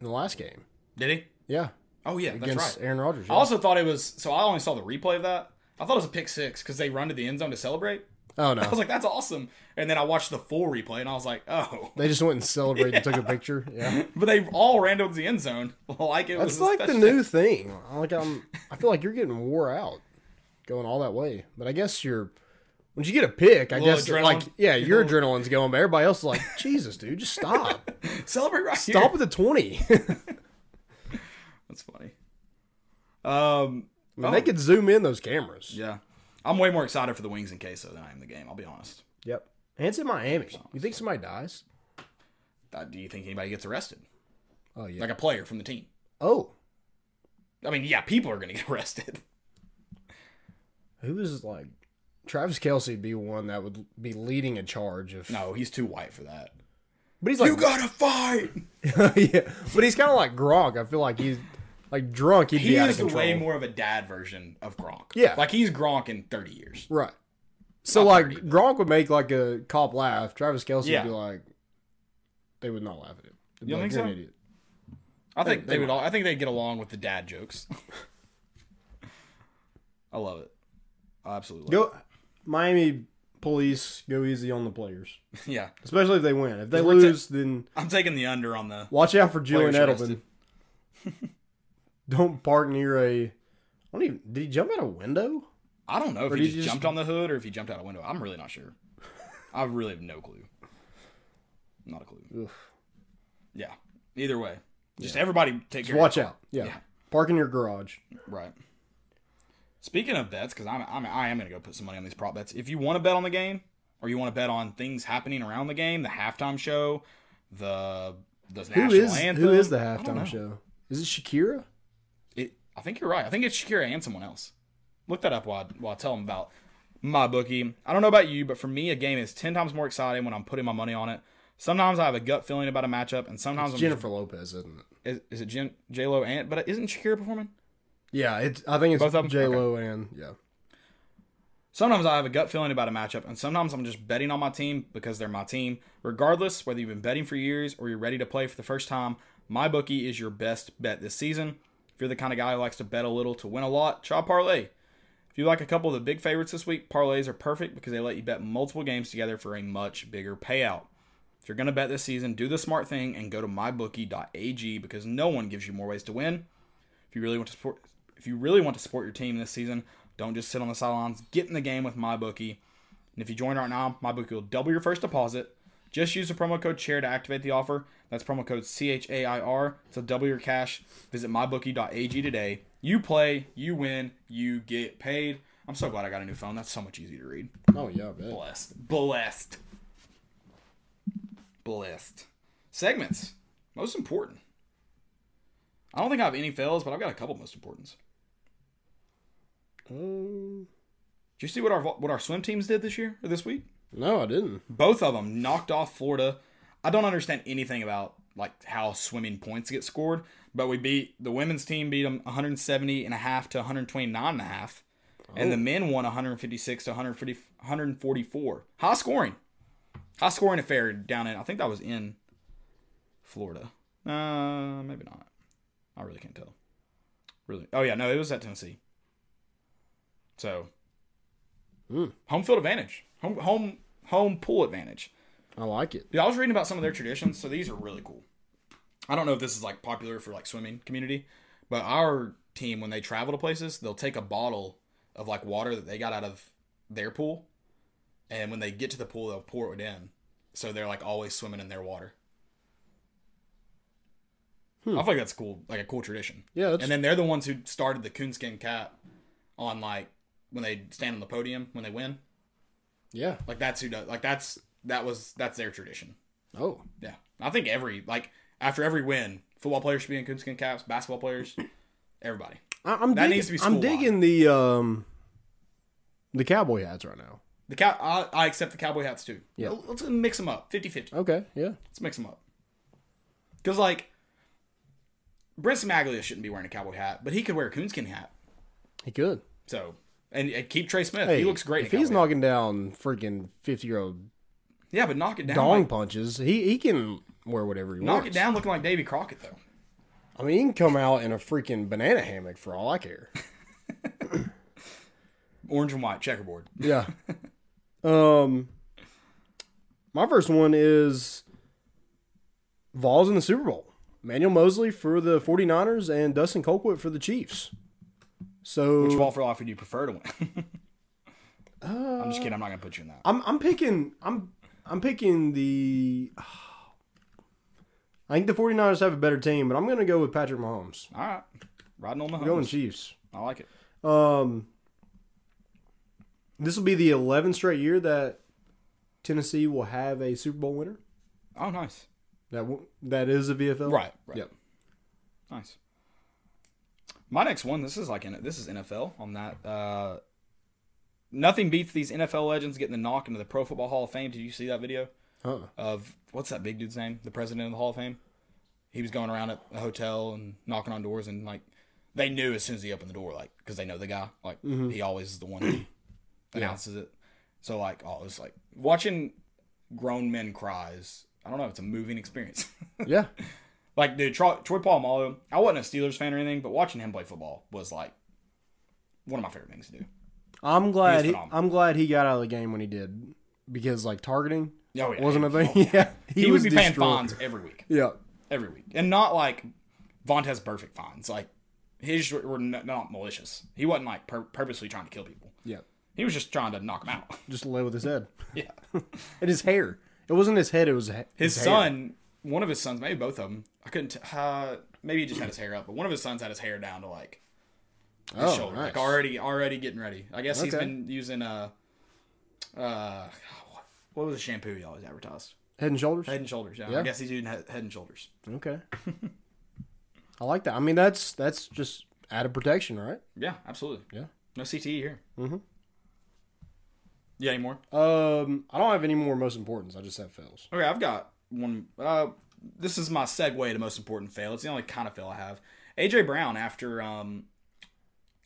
[SPEAKER 2] in the last game.
[SPEAKER 1] Did he?
[SPEAKER 2] Yeah.
[SPEAKER 1] Oh yeah, that's right.
[SPEAKER 2] Against Aaron Rodgers.
[SPEAKER 1] I
[SPEAKER 2] yeah.
[SPEAKER 1] also thought it was. So I only saw the replay of that. I thought it was a pick six because they run to the end zone to celebrate.
[SPEAKER 2] Oh
[SPEAKER 1] I was
[SPEAKER 2] no.
[SPEAKER 1] like, that's awesome. And then I watched the full replay and I was like, oh.
[SPEAKER 2] They just went and celebrated and took a picture. Yeah.
[SPEAKER 1] But they all ran towards the end zone (laughs) like it was.
[SPEAKER 2] That's
[SPEAKER 1] a
[SPEAKER 2] like the
[SPEAKER 1] special-
[SPEAKER 2] new thing. Like I'm, I feel like you're getting wore out going all that way. But I guess you're when you get a pick, I
[SPEAKER 1] Little
[SPEAKER 2] guess
[SPEAKER 1] adrenaline.
[SPEAKER 2] like yeah,
[SPEAKER 1] (laughs)
[SPEAKER 2] your
[SPEAKER 1] Little-
[SPEAKER 2] adrenaline's going, but everybody else
[SPEAKER 1] (laughs)
[SPEAKER 2] is like, Jesus, dude, just stop,
[SPEAKER 1] celebrate right here.
[SPEAKER 2] stop with the twenty. (laughs)
[SPEAKER 1] That's funny. Um,
[SPEAKER 2] And They could zoom in those cameras.
[SPEAKER 1] yeah, I'm way more excited for the wings and queso than I am the game. I'll be honest.
[SPEAKER 2] Yep. And it's in Miami. You think somebody dies?
[SPEAKER 1] Uh, Do you think anybody gets arrested,
[SPEAKER 2] Oh yeah.
[SPEAKER 1] like a player from the team?
[SPEAKER 2] oh,
[SPEAKER 1] (laughs) I mean, yeah, people are gonna get arrested.
[SPEAKER 2] who is like Travis Kelsey would be one that would be leading a charge if
[SPEAKER 1] No, he's too white for that.
[SPEAKER 2] But he's like
[SPEAKER 1] you gotta fight.
[SPEAKER 2] (laughs) yeah, but he's kind of like Gronk. I feel like he's like drunk. He'd
[SPEAKER 1] He
[SPEAKER 2] be out
[SPEAKER 1] is
[SPEAKER 2] of
[SPEAKER 1] the
[SPEAKER 2] control.
[SPEAKER 1] way more of a dad version of Gronk.
[SPEAKER 2] Yeah.
[SPEAKER 1] like he's Gronk in thirty years.
[SPEAKER 2] right. So
[SPEAKER 1] Not
[SPEAKER 2] like
[SPEAKER 1] thirty, but-
[SPEAKER 2] Gronk would make like a cop laugh. Travis Kelsey
[SPEAKER 1] Yeah.
[SPEAKER 2] would be like, they would not laugh at him. They'd
[SPEAKER 1] You
[SPEAKER 2] be
[SPEAKER 1] don't
[SPEAKER 2] like,
[SPEAKER 1] think
[SPEAKER 2] "You're
[SPEAKER 1] so?
[SPEAKER 2] an idiot.
[SPEAKER 1] I think
[SPEAKER 2] They-
[SPEAKER 1] they,
[SPEAKER 2] they
[SPEAKER 1] would. All, I think they'd get along with the dad jokes. (laughs) I love it. I absolutely. Love
[SPEAKER 2] Go Miami police. Go easy on the players,
[SPEAKER 1] it. (laughs) Yeah,
[SPEAKER 2] especially if they win. If they
[SPEAKER 1] We're ta-
[SPEAKER 2] lose, then
[SPEAKER 1] I'm taking the under on the.
[SPEAKER 2] watch out for Julian
[SPEAKER 1] Players
[SPEAKER 2] Edelman.
[SPEAKER 1] arrested.
[SPEAKER 2] don't park near a. I don't even. Did he jump out a window?
[SPEAKER 1] I don't know if
[SPEAKER 2] Or
[SPEAKER 1] he
[SPEAKER 2] did
[SPEAKER 1] just,
[SPEAKER 2] you just-
[SPEAKER 1] jumped on the hood or if he jumped out a window. I'm really not
[SPEAKER 2] (laughs)
[SPEAKER 1] sure. I really have no clue. Not a clue.
[SPEAKER 2] Ugh.
[SPEAKER 1] Yeah. Either way, just everybody take
[SPEAKER 2] Just
[SPEAKER 1] care.
[SPEAKER 2] watch out. Yeah.
[SPEAKER 1] Yeah.
[SPEAKER 2] Park in your garage.
[SPEAKER 1] Right. Speaking of bets, because I'm, I'm I am gonna go put some money on these prop bets. If you want to bet on the game, or you want to bet on things happening around the game, the halftime show, the the
[SPEAKER 2] Who
[SPEAKER 1] national
[SPEAKER 2] is
[SPEAKER 1] anthem.
[SPEAKER 2] who is the
[SPEAKER 1] I don't know.
[SPEAKER 2] halftime show? Is it Shakira?
[SPEAKER 1] It, I think you're right. I think it's Shakira and someone else. Look that up while I, while I tell them about my bookie. I don't know about you, but for me, a game is ten times more exciting when I'm putting my money on it. Sometimes I have a gut feeling about a matchup, and sometimes I'm
[SPEAKER 2] Jennifer Lopez, isn't it?
[SPEAKER 1] Just, is, is it Jen, J-Lo and but isn't Shakira performing?
[SPEAKER 2] Yeah, it's. I think
[SPEAKER 1] Both of
[SPEAKER 2] it's
[SPEAKER 1] 'em?
[SPEAKER 2] J Lo and yeah.
[SPEAKER 1] Sometimes I have a gut feeling about a matchup, and sometimes I'm just betting on my team because they're my team. Regardless, whether you've been betting for years or you're ready to play for the first time, my bookie is your best bet this season. If you're the kind of guy who likes to bet a little to win a lot, try parlay. If you like a couple of the big favorites this week, parlays are perfect because they let you bet multiple games together for a much bigger payout. If you're going to bet this season, do the smart thing and go to mybookie.ag because no one gives you more ways to win. If you really want to support, if you really want to support your team this season, don't just sit on the sidelines. Get in the game with MyBookie. And if you join right now, MyBookie will double your first deposit. Just use the promo code CHAIR to activate the offer. That's promo code C H A I R to double your cash. Visit mybookie.ag today. You play, you win, you get paid. I'm so glad I got a new phone. That's so much easier to read.
[SPEAKER 2] Oh yeah, I bet.
[SPEAKER 1] Blessed. Blessed. Blessed. Segments. Most important. I don't think I have any fails, but I've got a couple most importants.
[SPEAKER 2] Um,
[SPEAKER 1] Did you see what our what our swim teams did this year or this week?
[SPEAKER 2] no, I didn't.
[SPEAKER 1] Both of them knocked off Florida. I don't understand anything about like how swimming points get scored, but we beat the women's team beat them 170 and a half to 129 and a half. And the men won 156 to 150, 144. High scoring. High scoring affair down in I think that was in Florida. Uh maybe not. I really can't tell. Really. Oh yeah, no, it was at Tennessee. So
[SPEAKER 2] Mm.
[SPEAKER 1] home field advantage. Home home home pool advantage.
[SPEAKER 2] I like it.
[SPEAKER 1] Dude, I was reading about some of their traditions, so these are really cool. I don't know if this is like popular for like swimming community, but our team when they travel to places, they'll take a bottle of like water that they got out of their pool, and when they get to the pool, they'll pour it in, so they're like always swimming in their water. I feel like that's cool, like a cool tradition.
[SPEAKER 2] Yeah, that's,
[SPEAKER 1] And then they're the ones who started the coonskin cap on like when they stand on the podium when they win.
[SPEAKER 2] yeah.
[SPEAKER 1] Like that's who does. Like that's that was that's their tradition.
[SPEAKER 2] Oh,
[SPEAKER 1] Yeah, I think every like after every win, football players should be in coonskin caps. Basketball
[SPEAKER 2] (laughs)
[SPEAKER 1] players, everybody.
[SPEAKER 2] I, I'm
[SPEAKER 1] That
[SPEAKER 2] digging,
[SPEAKER 1] needs to be
[SPEAKER 2] I'm
[SPEAKER 1] school-wide.
[SPEAKER 2] digging the um the cowboy hats right now.
[SPEAKER 1] The cow. I, I accept the cowboy hats too.
[SPEAKER 2] Yeah.
[SPEAKER 1] let's mix them up. 50-50.
[SPEAKER 2] Okay, yeah.
[SPEAKER 1] Let's mix them up. Because like, Brent Maglia shouldn't be wearing a cowboy hat, but he could wear a coonskin hat.
[SPEAKER 2] He could.
[SPEAKER 1] So and, and keep Trey Smith.
[SPEAKER 2] Hey,
[SPEAKER 1] he looks great. in
[SPEAKER 2] If
[SPEAKER 1] a
[SPEAKER 2] he's
[SPEAKER 1] cowboy hat.
[SPEAKER 2] knocking down freaking fifty year old
[SPEAKER 1] yeah, but knock it down.
[SPEAKER 2] dong
[SPEAKER 1] like-
[SPEAKER 2] punches, he he can wear whatever he
[SPEAKER 1] knock
[SPEAKER 2] wants.
[SPEAKER 1] it down, looking like Davy Crockett though.
[SPEAKER 2] I mean, he can come out in a freaking banana hammock for all I care.
[SPEAKER 1] Orange and white checkerboard.
[SPEAKER 2] Yeah. um, my first one is Vols in the Super Bowl. Manuel Mosley for the 49ers and Dustin Colquitt for the Chiefs. So
[SPEAKER 1] Which ball for life would you prefer to win? (laughs) I'm
[SPEAKER 2] Uh,
[SPEAKER 1] just kidding. I'm not gonna put you in that.
[SPEAKER 2] I'm I'm picking I'm I'm picking the I think the 49ers have a better team, but I'm going to go with Patrick Mahomes.
[SPEAKER 1] All right, riding on the
[SPEAKER 2] I'm going
[SPEAKER 1] home.
[SPEAKER 2] Chiefs.
[SPEAKER 1] I like it.
[SPEAKER 2] Um, this will be the 11th straight year that Tennessee will have a Super Bowl winner.
[SPEAKER 1] Oh, nice.
[SPEAKER 2] That w- that is a VFL,
[SPEAKER 1] Right. right.
[SPEAKER 2] Yep.
[SPEAKER 1] Nice. My next one. This is like in this is NFL on that. Uh, nothing beats these NFL legends getting the knock into the Pro Football Hall of Fame. Did you see that video
[SPEAKER 2] Huh.
[SPEAKER 1] of what's that big dude's name? The president of the Hall of Fame. He was going around at a hotel and knocking on doors, and like they knew as soon as he opened the door, like because they know the guy. Like he always is the one who announces it. So like, oh, it's like watching grown men cries. I don't know. It's a moving experience. (laughs)
[SPEAKER 2] Yeah.
[SPEAKER 1] Like, dude, Troy, Troy Polamalu, I wasn't a Steelers fan or anything, but watching him play football was like one of my favorite things to do.
[SPEAKER 2] I'm glad
[SPEAKER 1] He's
[SPEAKER 2] he,
[SPEAKER 1] phenomenal.
[SPEAKER 2] I'm glad he got out of the game when he did because like targeting
[SPEAKER 1] Oh, yeah.
[SPEAKER 2] wasn't a
[SPEAKER 1] he,
[SPEAKER 2] thing. (laughs) yeah,
[SPEAKER 1] he, would
[SPEAKER 2] was
[SPEAKER 1] be paying
[SPEAKER 2] destroyed.
[SPEAKER 1] fines every week,
[SPEAKER 2] Yeah,
[SPEAKER 1] every week, and not like Vontez perfect fines. Like his were n- not malicious. He wasn't like pur- purposely trying to kill people.
[SPEAKER 2] yeah,
[SPEAKER 1] He was just trying to knock them out.
[SPEAKER 2] just lay with his head
[SPEAKER 1] (laughs) yeah,
[SPEAKER 2] and his hair. It wasn't his head; it was he-
[SPEAKER 1] (laughs) his
[SPEAKER 2] hair.
[SPEAKER 1] son, one of his sons, maybe both of them. I couldn't. T- uh, maybe he just had his hair up, but one of his sons had his hair down to like his
[SPEAKER 2] Oh,
[SPEAKER 1] shoulder,
[SPEAKER 2] nice.
[SPEAKER 1] like already, already getting ready. I guess he's
[SPEAKER 2] Okay.
[SPEAKER 1] been using uh, uh, (sighs) what- what was the shampoo he always advertised?
[SPEAKER 2] Head and shoulders.
[SPEAKER 1] Head and Shoulders. Yeah, I
[SPEAKER 2] Yeah.
[SPEAKER 1] guess he's using Head, head and Shoulders. (laughs)
[SPEAKER 2] Okay, I like that. I mean, that's that's just added protection, right?
[SPEAKER 1] Yeah, absolutely.
[SPEAKER 2] Yeah.
[SPEAKER 1] No CTE here. Mm-hmm. Yeah, any more?
[SPEAKER 2] Um, I don't have any more most importance. I just have fails.
[SPEAKER 1] Okay, I've got one. Uh, this is my segue to most important fail. It's the only kind of fail I have. AJ Brown after um,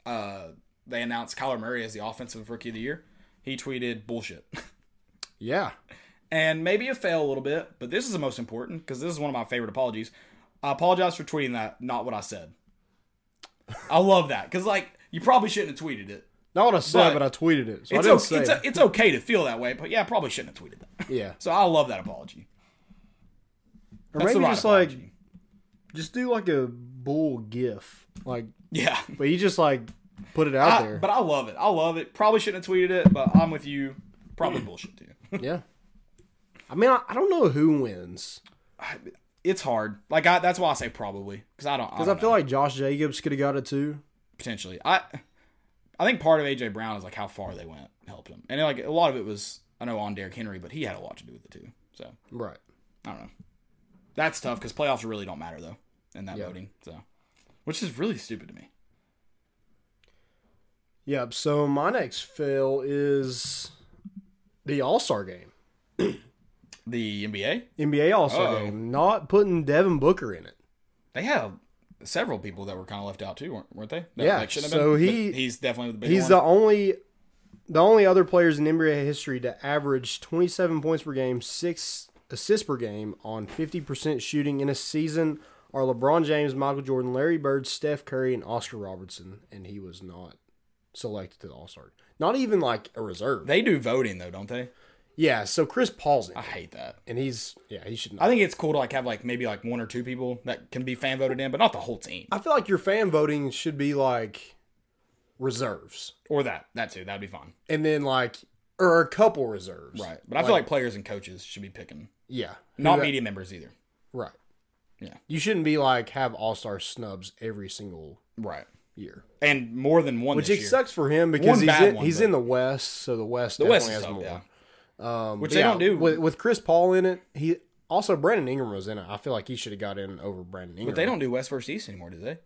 [SPEAKER 1] uh, they announced Kyler Murray as the offensive rookie of the year, he tweeted bullshit.
[SPEAKER 2] Yeah,
[SPEAKER 1] and maybe a fail a little bit, but this is the most important because this is one of my favorite apologies. I apologize for tweeting that, not what I said. I love that because like you probably shouldn't have tweeted it.
[SPEAKER 2] not what I said,
[SPEAKER 1] But-
[SPEAKER 2] but, I tweeted it. So I
[SPEAKER 1] It's
[SPEAKER 2] didn't
[SPEAKER 1] okay,
[SPEAKER 2] say.
[SPEAKER 1] it's,
[SPEAKER 2] it.
[SPEAKER 1] it's okay to feel that way, but yeah, I probably shouldn't have tweeted that.
[SPEAKER 2] yeah,
[SPEAKER 1] So I love that apology. (laughs)
[SPEAKER 2] or
[SPEAKER 1] That's
[SPEAKER 2] maybe
[SPEAKER 1] the right
[SPEAKER 2] just like
[SPEAKER 1] apology.
[SPEAKER 2] just do like a bull gif, like,
[SPEAKER 1] yeah.
[SPEAKER 2] but you just like put it
[SPEAKER 1] I-
[SPEAKER 2] out (laughs) there.
[SPEAKER 1] but I love it. I love it. Probably shouldn't have tweeted it, but I'm with you. Probably bullshit too. (laughs)
[SPEAKER 2] Yeah. I mean, I, I don't know who wins
[SPEAKER 1] it's hard. Like I, that's why I say probably because I don't.
[SPEAKER 2] because
[SPEAKER 1] don't
[SPEAKER 2] I feel
[SPEAKER 1] know.
[SPEAKER 2] like Josh Jacobs could have got it too.
[SPEAKER 1] potentially. I I think part of AJ Brown is like how far they went helped him, and like a lot of it was I know on Derrick Henry, but he had a lot to do with it too. So
[SPEAKER 2] Right.
[SPEAKER 1] I don't know. That's tough because playoffs really don't matter though in that
[SPEAKER 2] Yeah.
[SPEAKER 1] voting. So which is really stupid to me.
[SPEAKER 2] Yep. So my next fail is the All Star game,
[SPEAKER 1] The NBA
[SPEAKER 2] NBA All Star
[SPEAKER 1] Uh-oh.
[SPEAKER 2] game, not putting Devin Booker in it.
[SPEAKER 1] they had several people that were kind of left out too, weren't, weren't they? That,
[SPEAKER 2] Yeah,
[SPEAKER 1] like, shouldn't have
[SPEAKER 2] so
[SPEAKER 1] been, but
[SPEAKER 2] he-
[SPEAKER 1] he's definitely the big
[SPEAKER 2] He's uh,
[SPEAKER 1] one.
[SPEAKER 2] the only. The only other players in NBA history to average 27 points per game, six assists per game on 50% shooting in a season are LeBron James, Michael Jordan, Larry Bird, Steph Curry, and Oscar Robertson, and he was not selected to the All Star. Not even like a reserve.
[SPEAKER 1] they do voting though, don't they?
[SPEAKER 2] Yeah, so Chris Paul's in,
[SPEAKER 1] I hate that.
[SPEAKER 2] and he's yeah he should. Not.
[SPEAKER 1] I think it's cool to like have like maybe like one or two people that can be fan voted in, but not the whole team.
[SPEAKER 2] I feel like your fan voting should be like reserves,
[SPEAKER 1] Or that that too. That'd be fun.
[SPEAKER 2] and then like or a couple reserves.
[SPEAKER 1] Right. But I feel like players and coaches should be picking,
[SPEAKER 2] Yeah.
[SPEAKER 1] not
[SPEAKER 2] Who-
[SPEAKER 1] media members either.
[SPEAKER 2] Right.
[SPEAKER 1] Yeah.
[SPEAKER 2] You shouldn't be like have All Star snubs every single
[SPEAKER 1] Right.
[SPEAKER 2] year,
[SPEAKER 1] And more than one
[SPEAKER 2] which
[SPEAKER 1] this
[SPEAKER 2] it
[SPEAKER 1] year.
[SPEAKER 2] sucks for him because he's
[SPEAKER 1] bad
[SPEAKER 2] in,
[SPEAKER 1] one,
[SPEAKER 2] he's
[SPEAKER 1] but-
[SPEAKER 2] in the West, so the West
[SPEAKER 1] the
[SPEAKER 2] definitely
[SPEAKER 1] West is
[SPEAKER 2] has
[SPEAKER 1] up,
[SPEAKER 2] more.
[SPEAKER 1] yeah.
[SPEAKER 2] Um,
[SPEAKER 1] Which
[SPEAKER 2] but
[SPEAKER 1] they
[SPEAKER 2] yeah,
[SPEAKER 1] don't do.
[SPEAKER 2] with, with Chris Paul in it. He also Brandon Ingram was in it. I feel like he should have got in over Brandon Ingram.
[SPEAKER 1] But they don't do West versus East anymore, do they?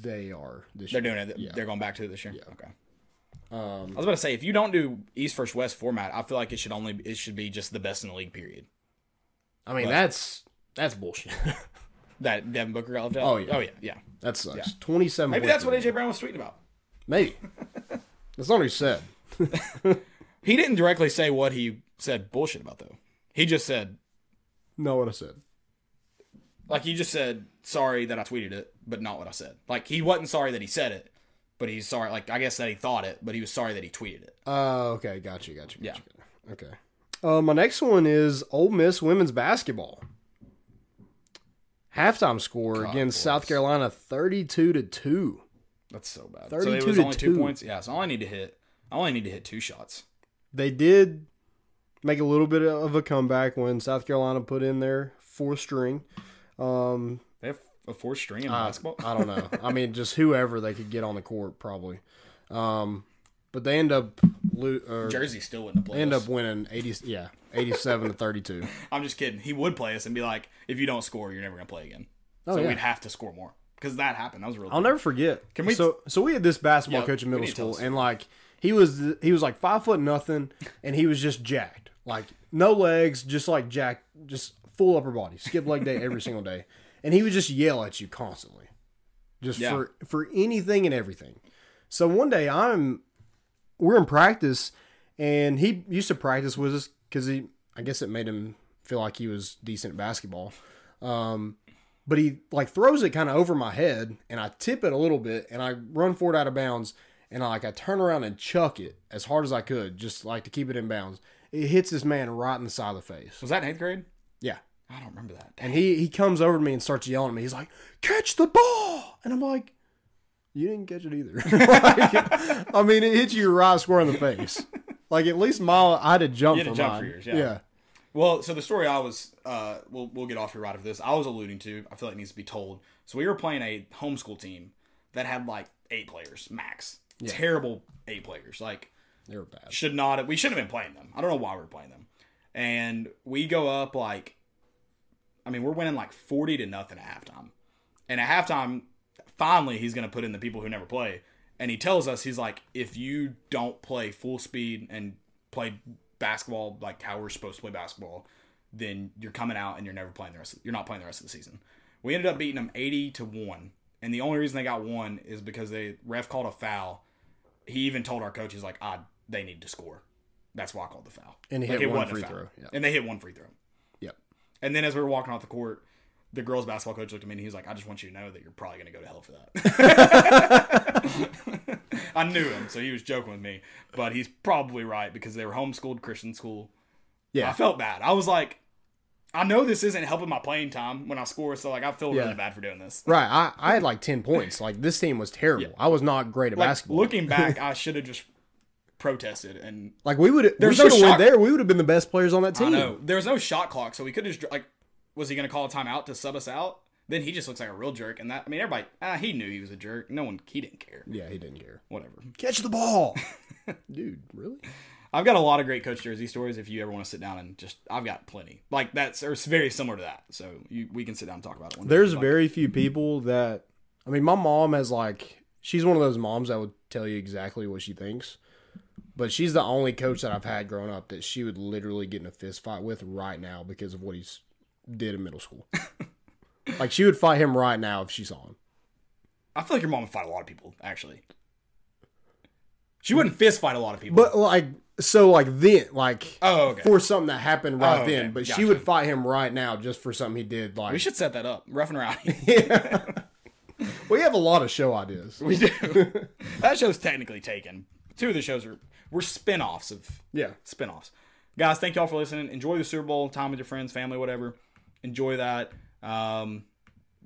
[SPEAKER 2] They are this
[SPEAKER 1] They're
[SPEAKER 2] year.
[SPEAKER 1] doing it. They're going back to it this year. Okay. I
[SPEAKER 2] Um,
[SPEAKER 1] was about to say if you don't do East versus West format, I feel like it should only it should be just the best in the league. Period.
[SPEAKER 2] I mean that's that's bullshit. (laughs)
[SPEAKER 1] That Devin Booker got left out.
[SPEAKER 2] Oh, yeah.
[SPEAKER 1] Oh yeah. Yeah.
[SPEAKER 2] that sucks. Twenty seven.
[SPEAKER 1] Maybe that's what AJ Brown was tweeting about.
[SPEAKER 2] Maybe. That's not what he said.
[SPEAKER 1] He didn't directly say what he said bullshit about though. He just said
[SPEAKER 2] Not what I said.
[SPEAKER 1] Like he just said, sorry that I tweeted it, but not what I said. Like he wasn't sorry that he said it, but he's sorry. Like I guess that he thought it, but he was sorry that he tweeted it.
[SPEAKER 2] Uh, okay, gotcha, gotcha, gotcha.
[SPEAKER 1] Yeah.
[SPEAKER 2] gotcha. Okay. Uh, my next one is Ole Miss women's basketball. Halftime score against South Carolina, thirty-two to two.
[SPEAKER 1] That's so bad. So
[SPEAKER 2] 32
[SPEAKER 1] it was
[SPEAKER 2] to
[SPEAKER 1] only two.
[SPEAKER 2] two.
[SPEAKER 1] points. Yeah. So all I need to hit, I only need to hit two shots.
[SPEAKER 2] They did make a little bit of a comeback when South Carolina put in their fourth string. Um,
[SPEAKER 1] They have a four string in (laughs)
[SPEAKER 2] I,
[SPEAKER 1] basketball.
[SPEAKER 2] I don't know. I mean, just whoever they could get on the court, probably. Um, but they end up lo- or
[SPEAKER 1] Jersey still wouldn't play.
[SPEAKER 2] end
[SPEAKER 1] us.
[SPEAKER 2] up winning eighty. Yeah, eighty-seven to thirty-two.
[SPEAKER 1] I'm just kidding. He would play us and be like, if you don't score, you're never gonna play again.
[SPEAKER 2] Oh,
[SPEAKER 1] so
[SPEAKER 2] yeah.
[SPEAKER 1] we'd have to score more. because that happened. That was real.
[SPEAKER 2] I'll never forget.
[SPEAKER 1] Can we-
[SPEAKER 2] So so we had this basketball
[SPEAKER 1] Yeah,
[SPEAKER 2] coach in
[SPEAKER 1] we
[SPEAKER 2] middle
[SPEAKER 1] need to tell
[SPEAKER 2] school,
[SPEAKER 1] this
[SPEAKER 2] and like he was he was like five foot nothing, and he was just jacked, like no legs, just like jack, just full upper body, skip leg day every (laughs) single day, and he would just yell at you constantly, just
[SPEAKER 1] Yeah.
[SPEAKER 2] for for anything and everything. So one day I'm we're in practice, and he used to practice with us because he I guess it made him feel like he was decent at basketball. Um, but he like throws it kind of over my head and I tip it a little bit and I run for it out of bounds and I like I turn around and chuck it as hard as I could just like to keep it in bounds. It hits this man right in the side of the face.
[SPEAKER 1] Was that in eighth grade?
[SPEAKER 2] Yeah.
[SPEAKER 1] I don't remember that.
[SPEAKER 2] And he he comes over to me and starts yelling at me. He's like, "Catch the ball!" And I'm like, "You didn't catch it either." (laughs) Like, I mean, it hit you right square in the face. Like at least my I'd have jumped.
[SPEAKER 1] You'd
[SPEAKER 2] for
[SPEAKER 1] have jumped
[SPEAKER 2] mine.
[SPEAKER 1] for yours, yeah.
[SPEAKER 2] yeah.
[SPEAKER 1] Well, so the story I was, uh, we'll, we'll get off your ride of this. I was alluding to, I feel like it needs to be told. So we were playing a homeschool team that had like eight players max. Terrible eight players. Like,
[SPEAKER 2] They were bad.
[SPEAKER 1] should not, we should have been playing them. I don't know why we were playing them. And we go up like, I mean, we're winning like 40 to nothing at halftime. And at halftime, finally, he's going to put in the people who never play. And he tells us, he's like, if you don't play full speed and play basketball like how we're supposed to play basketball, then you're coming out and you're never playing the rest. Of, you're not playing the rest of the season. We ended up beating them 80 to one, and the only reason they got one is because they ref called a foul. He even told our coach, he's like, I they need to score. That's why I called the foul.
[SPEAKER 2] And he
[SPEAKER 1] Like,
[SPEAKER 2] hit
[SPEAKER 1] it
[SPEAKER 2] one
[SPEAKER 1] wasn't a
[SPEAKER 2] free
[SPEAKER 1] foul.
[SPEAKER 2] throw, yeah.
[SPEAKER 1] And they hit one free throw.
[SPEAKER 2] Yep.
[SPEAKER 1] And then as we were walking off the court, the girls' basketball coach looked at me and he was like, I just want you to know that you're probably going to go to hell for that. (laughs) I knew him, so he was joking with me. But he's probably right because they were homeschooled Christian school.
[SPEAKER 2] Yeah.
[SPEAKER 1] I felt bad. I was like, I know this isn't helping my playing time when I score, so like I feel
[SPEAKER 2] Yeah.
[SPEAKER 1] really bad for doing this.
[SPEAKER 2] Right. I, I had like ten points. Like this team was terrible. I was not great at
[SPEAKER 1] Like,
[SPEAKER 2] basketball.
[SPEAKER 1] Looking
[SPEAKER 2] (laughs)
[SPEAKER 1] back, I should have just protested and
[SPEAKER 2] Like we would, we
[SPEAKER 1] There's
[SPEAKER 2] should
[SPEAKER 1] no
[SPEAKER 2] have went
[SPEAKER 1] shock.
[SPEAKER 2] there. We would have been the best players on that
[SPEAKER 1] I
[SPEAKER 2] team.
[SPEAKER 1] know there was no shot clock, so we could just like, was he gonna call a timeout to sub us out? Then he just looks like a real jerk, and that I mean everybody, ah, he knew he was a jerk. No one, he didn't care.
[SPEAKER 2] Yeah, he didn't care.
[SPEAKER 1] Whatever.
[SPEAKER 2] Catch
[SPEAKER 1] (laughs)
[SPEAKER 2] the ball, (laughs) dude. Really?
[SPEAKER 1] I've got a lot of great coach jersey stories. If you ever want to sit down and just, I've got plenty. Like that's or it's very similar to that. So you, we can sit down and talk about it. One day.
[SPEAKER 2] There's
[SPEAKER 1] Like,
[SPEAKER 2] very few people that. I mean, my mom has like she's one of those moms that would tell you exactly what she thinks, but she's the only coach that I've had growing up that she would literally get in a fist fight with right now because of what he's did in
[SPEAKER 1] (laughs)
[SPEAKER 2] middle school. like she would fight him right now if she saw him.
[SPEAKER 1] I feel like your mom would fight a lot of people. Actually, she wouldn't fist fight a lot of people.
[SPEAKER 2] But like, so like then like.
[SPEAKER 1] oh, okay.
[SPEAKER 2] For something that happened right
[SPEAKER 1] Oh, okay.
[SPEAKER 2] then, but she
[SPEAKER 1] Gotcha.
[SPEAKER 2] would fight him right now just for something he did. Like
[SPEAKER 1] we should set that up. Rough and rowdy.
[SPEAKER 2] (laughs) Yeah. we have a lot of show ideas.
[SPEAKER 1] we do. that show's technically taken. Two of the shows are were spin-offs of
[SPEAKER 2] Yeah.
[SPEAKER 1] spinoffs. Guys, thank y'all for listening. Enjoy the Super Bowl, time with your friends, family, whatever. Enjoy that. Um,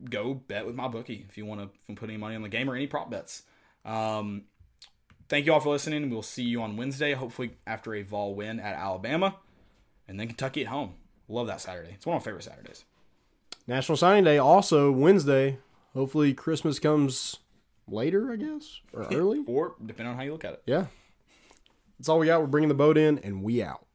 [SPEAKER 1] go bet with my bookie if you want to put any money on the game or any prop bets. Um, thank y'all for listening. We'll see you on Wednesday, hopefully after a Vol win at Alabama, and then Kentucky at home. Love that Saturday. It's one of my favorite Saturdays.
[SPEAKER 2] National Signing Day also Wednesday. Hopefully Christmas comes later, I guess, or early.
[SPEAKER 1] (laughs) Or depending on how you look at it.
[SPEAKER 2] yeah. That's all we got. We're bringing the boat in and we out.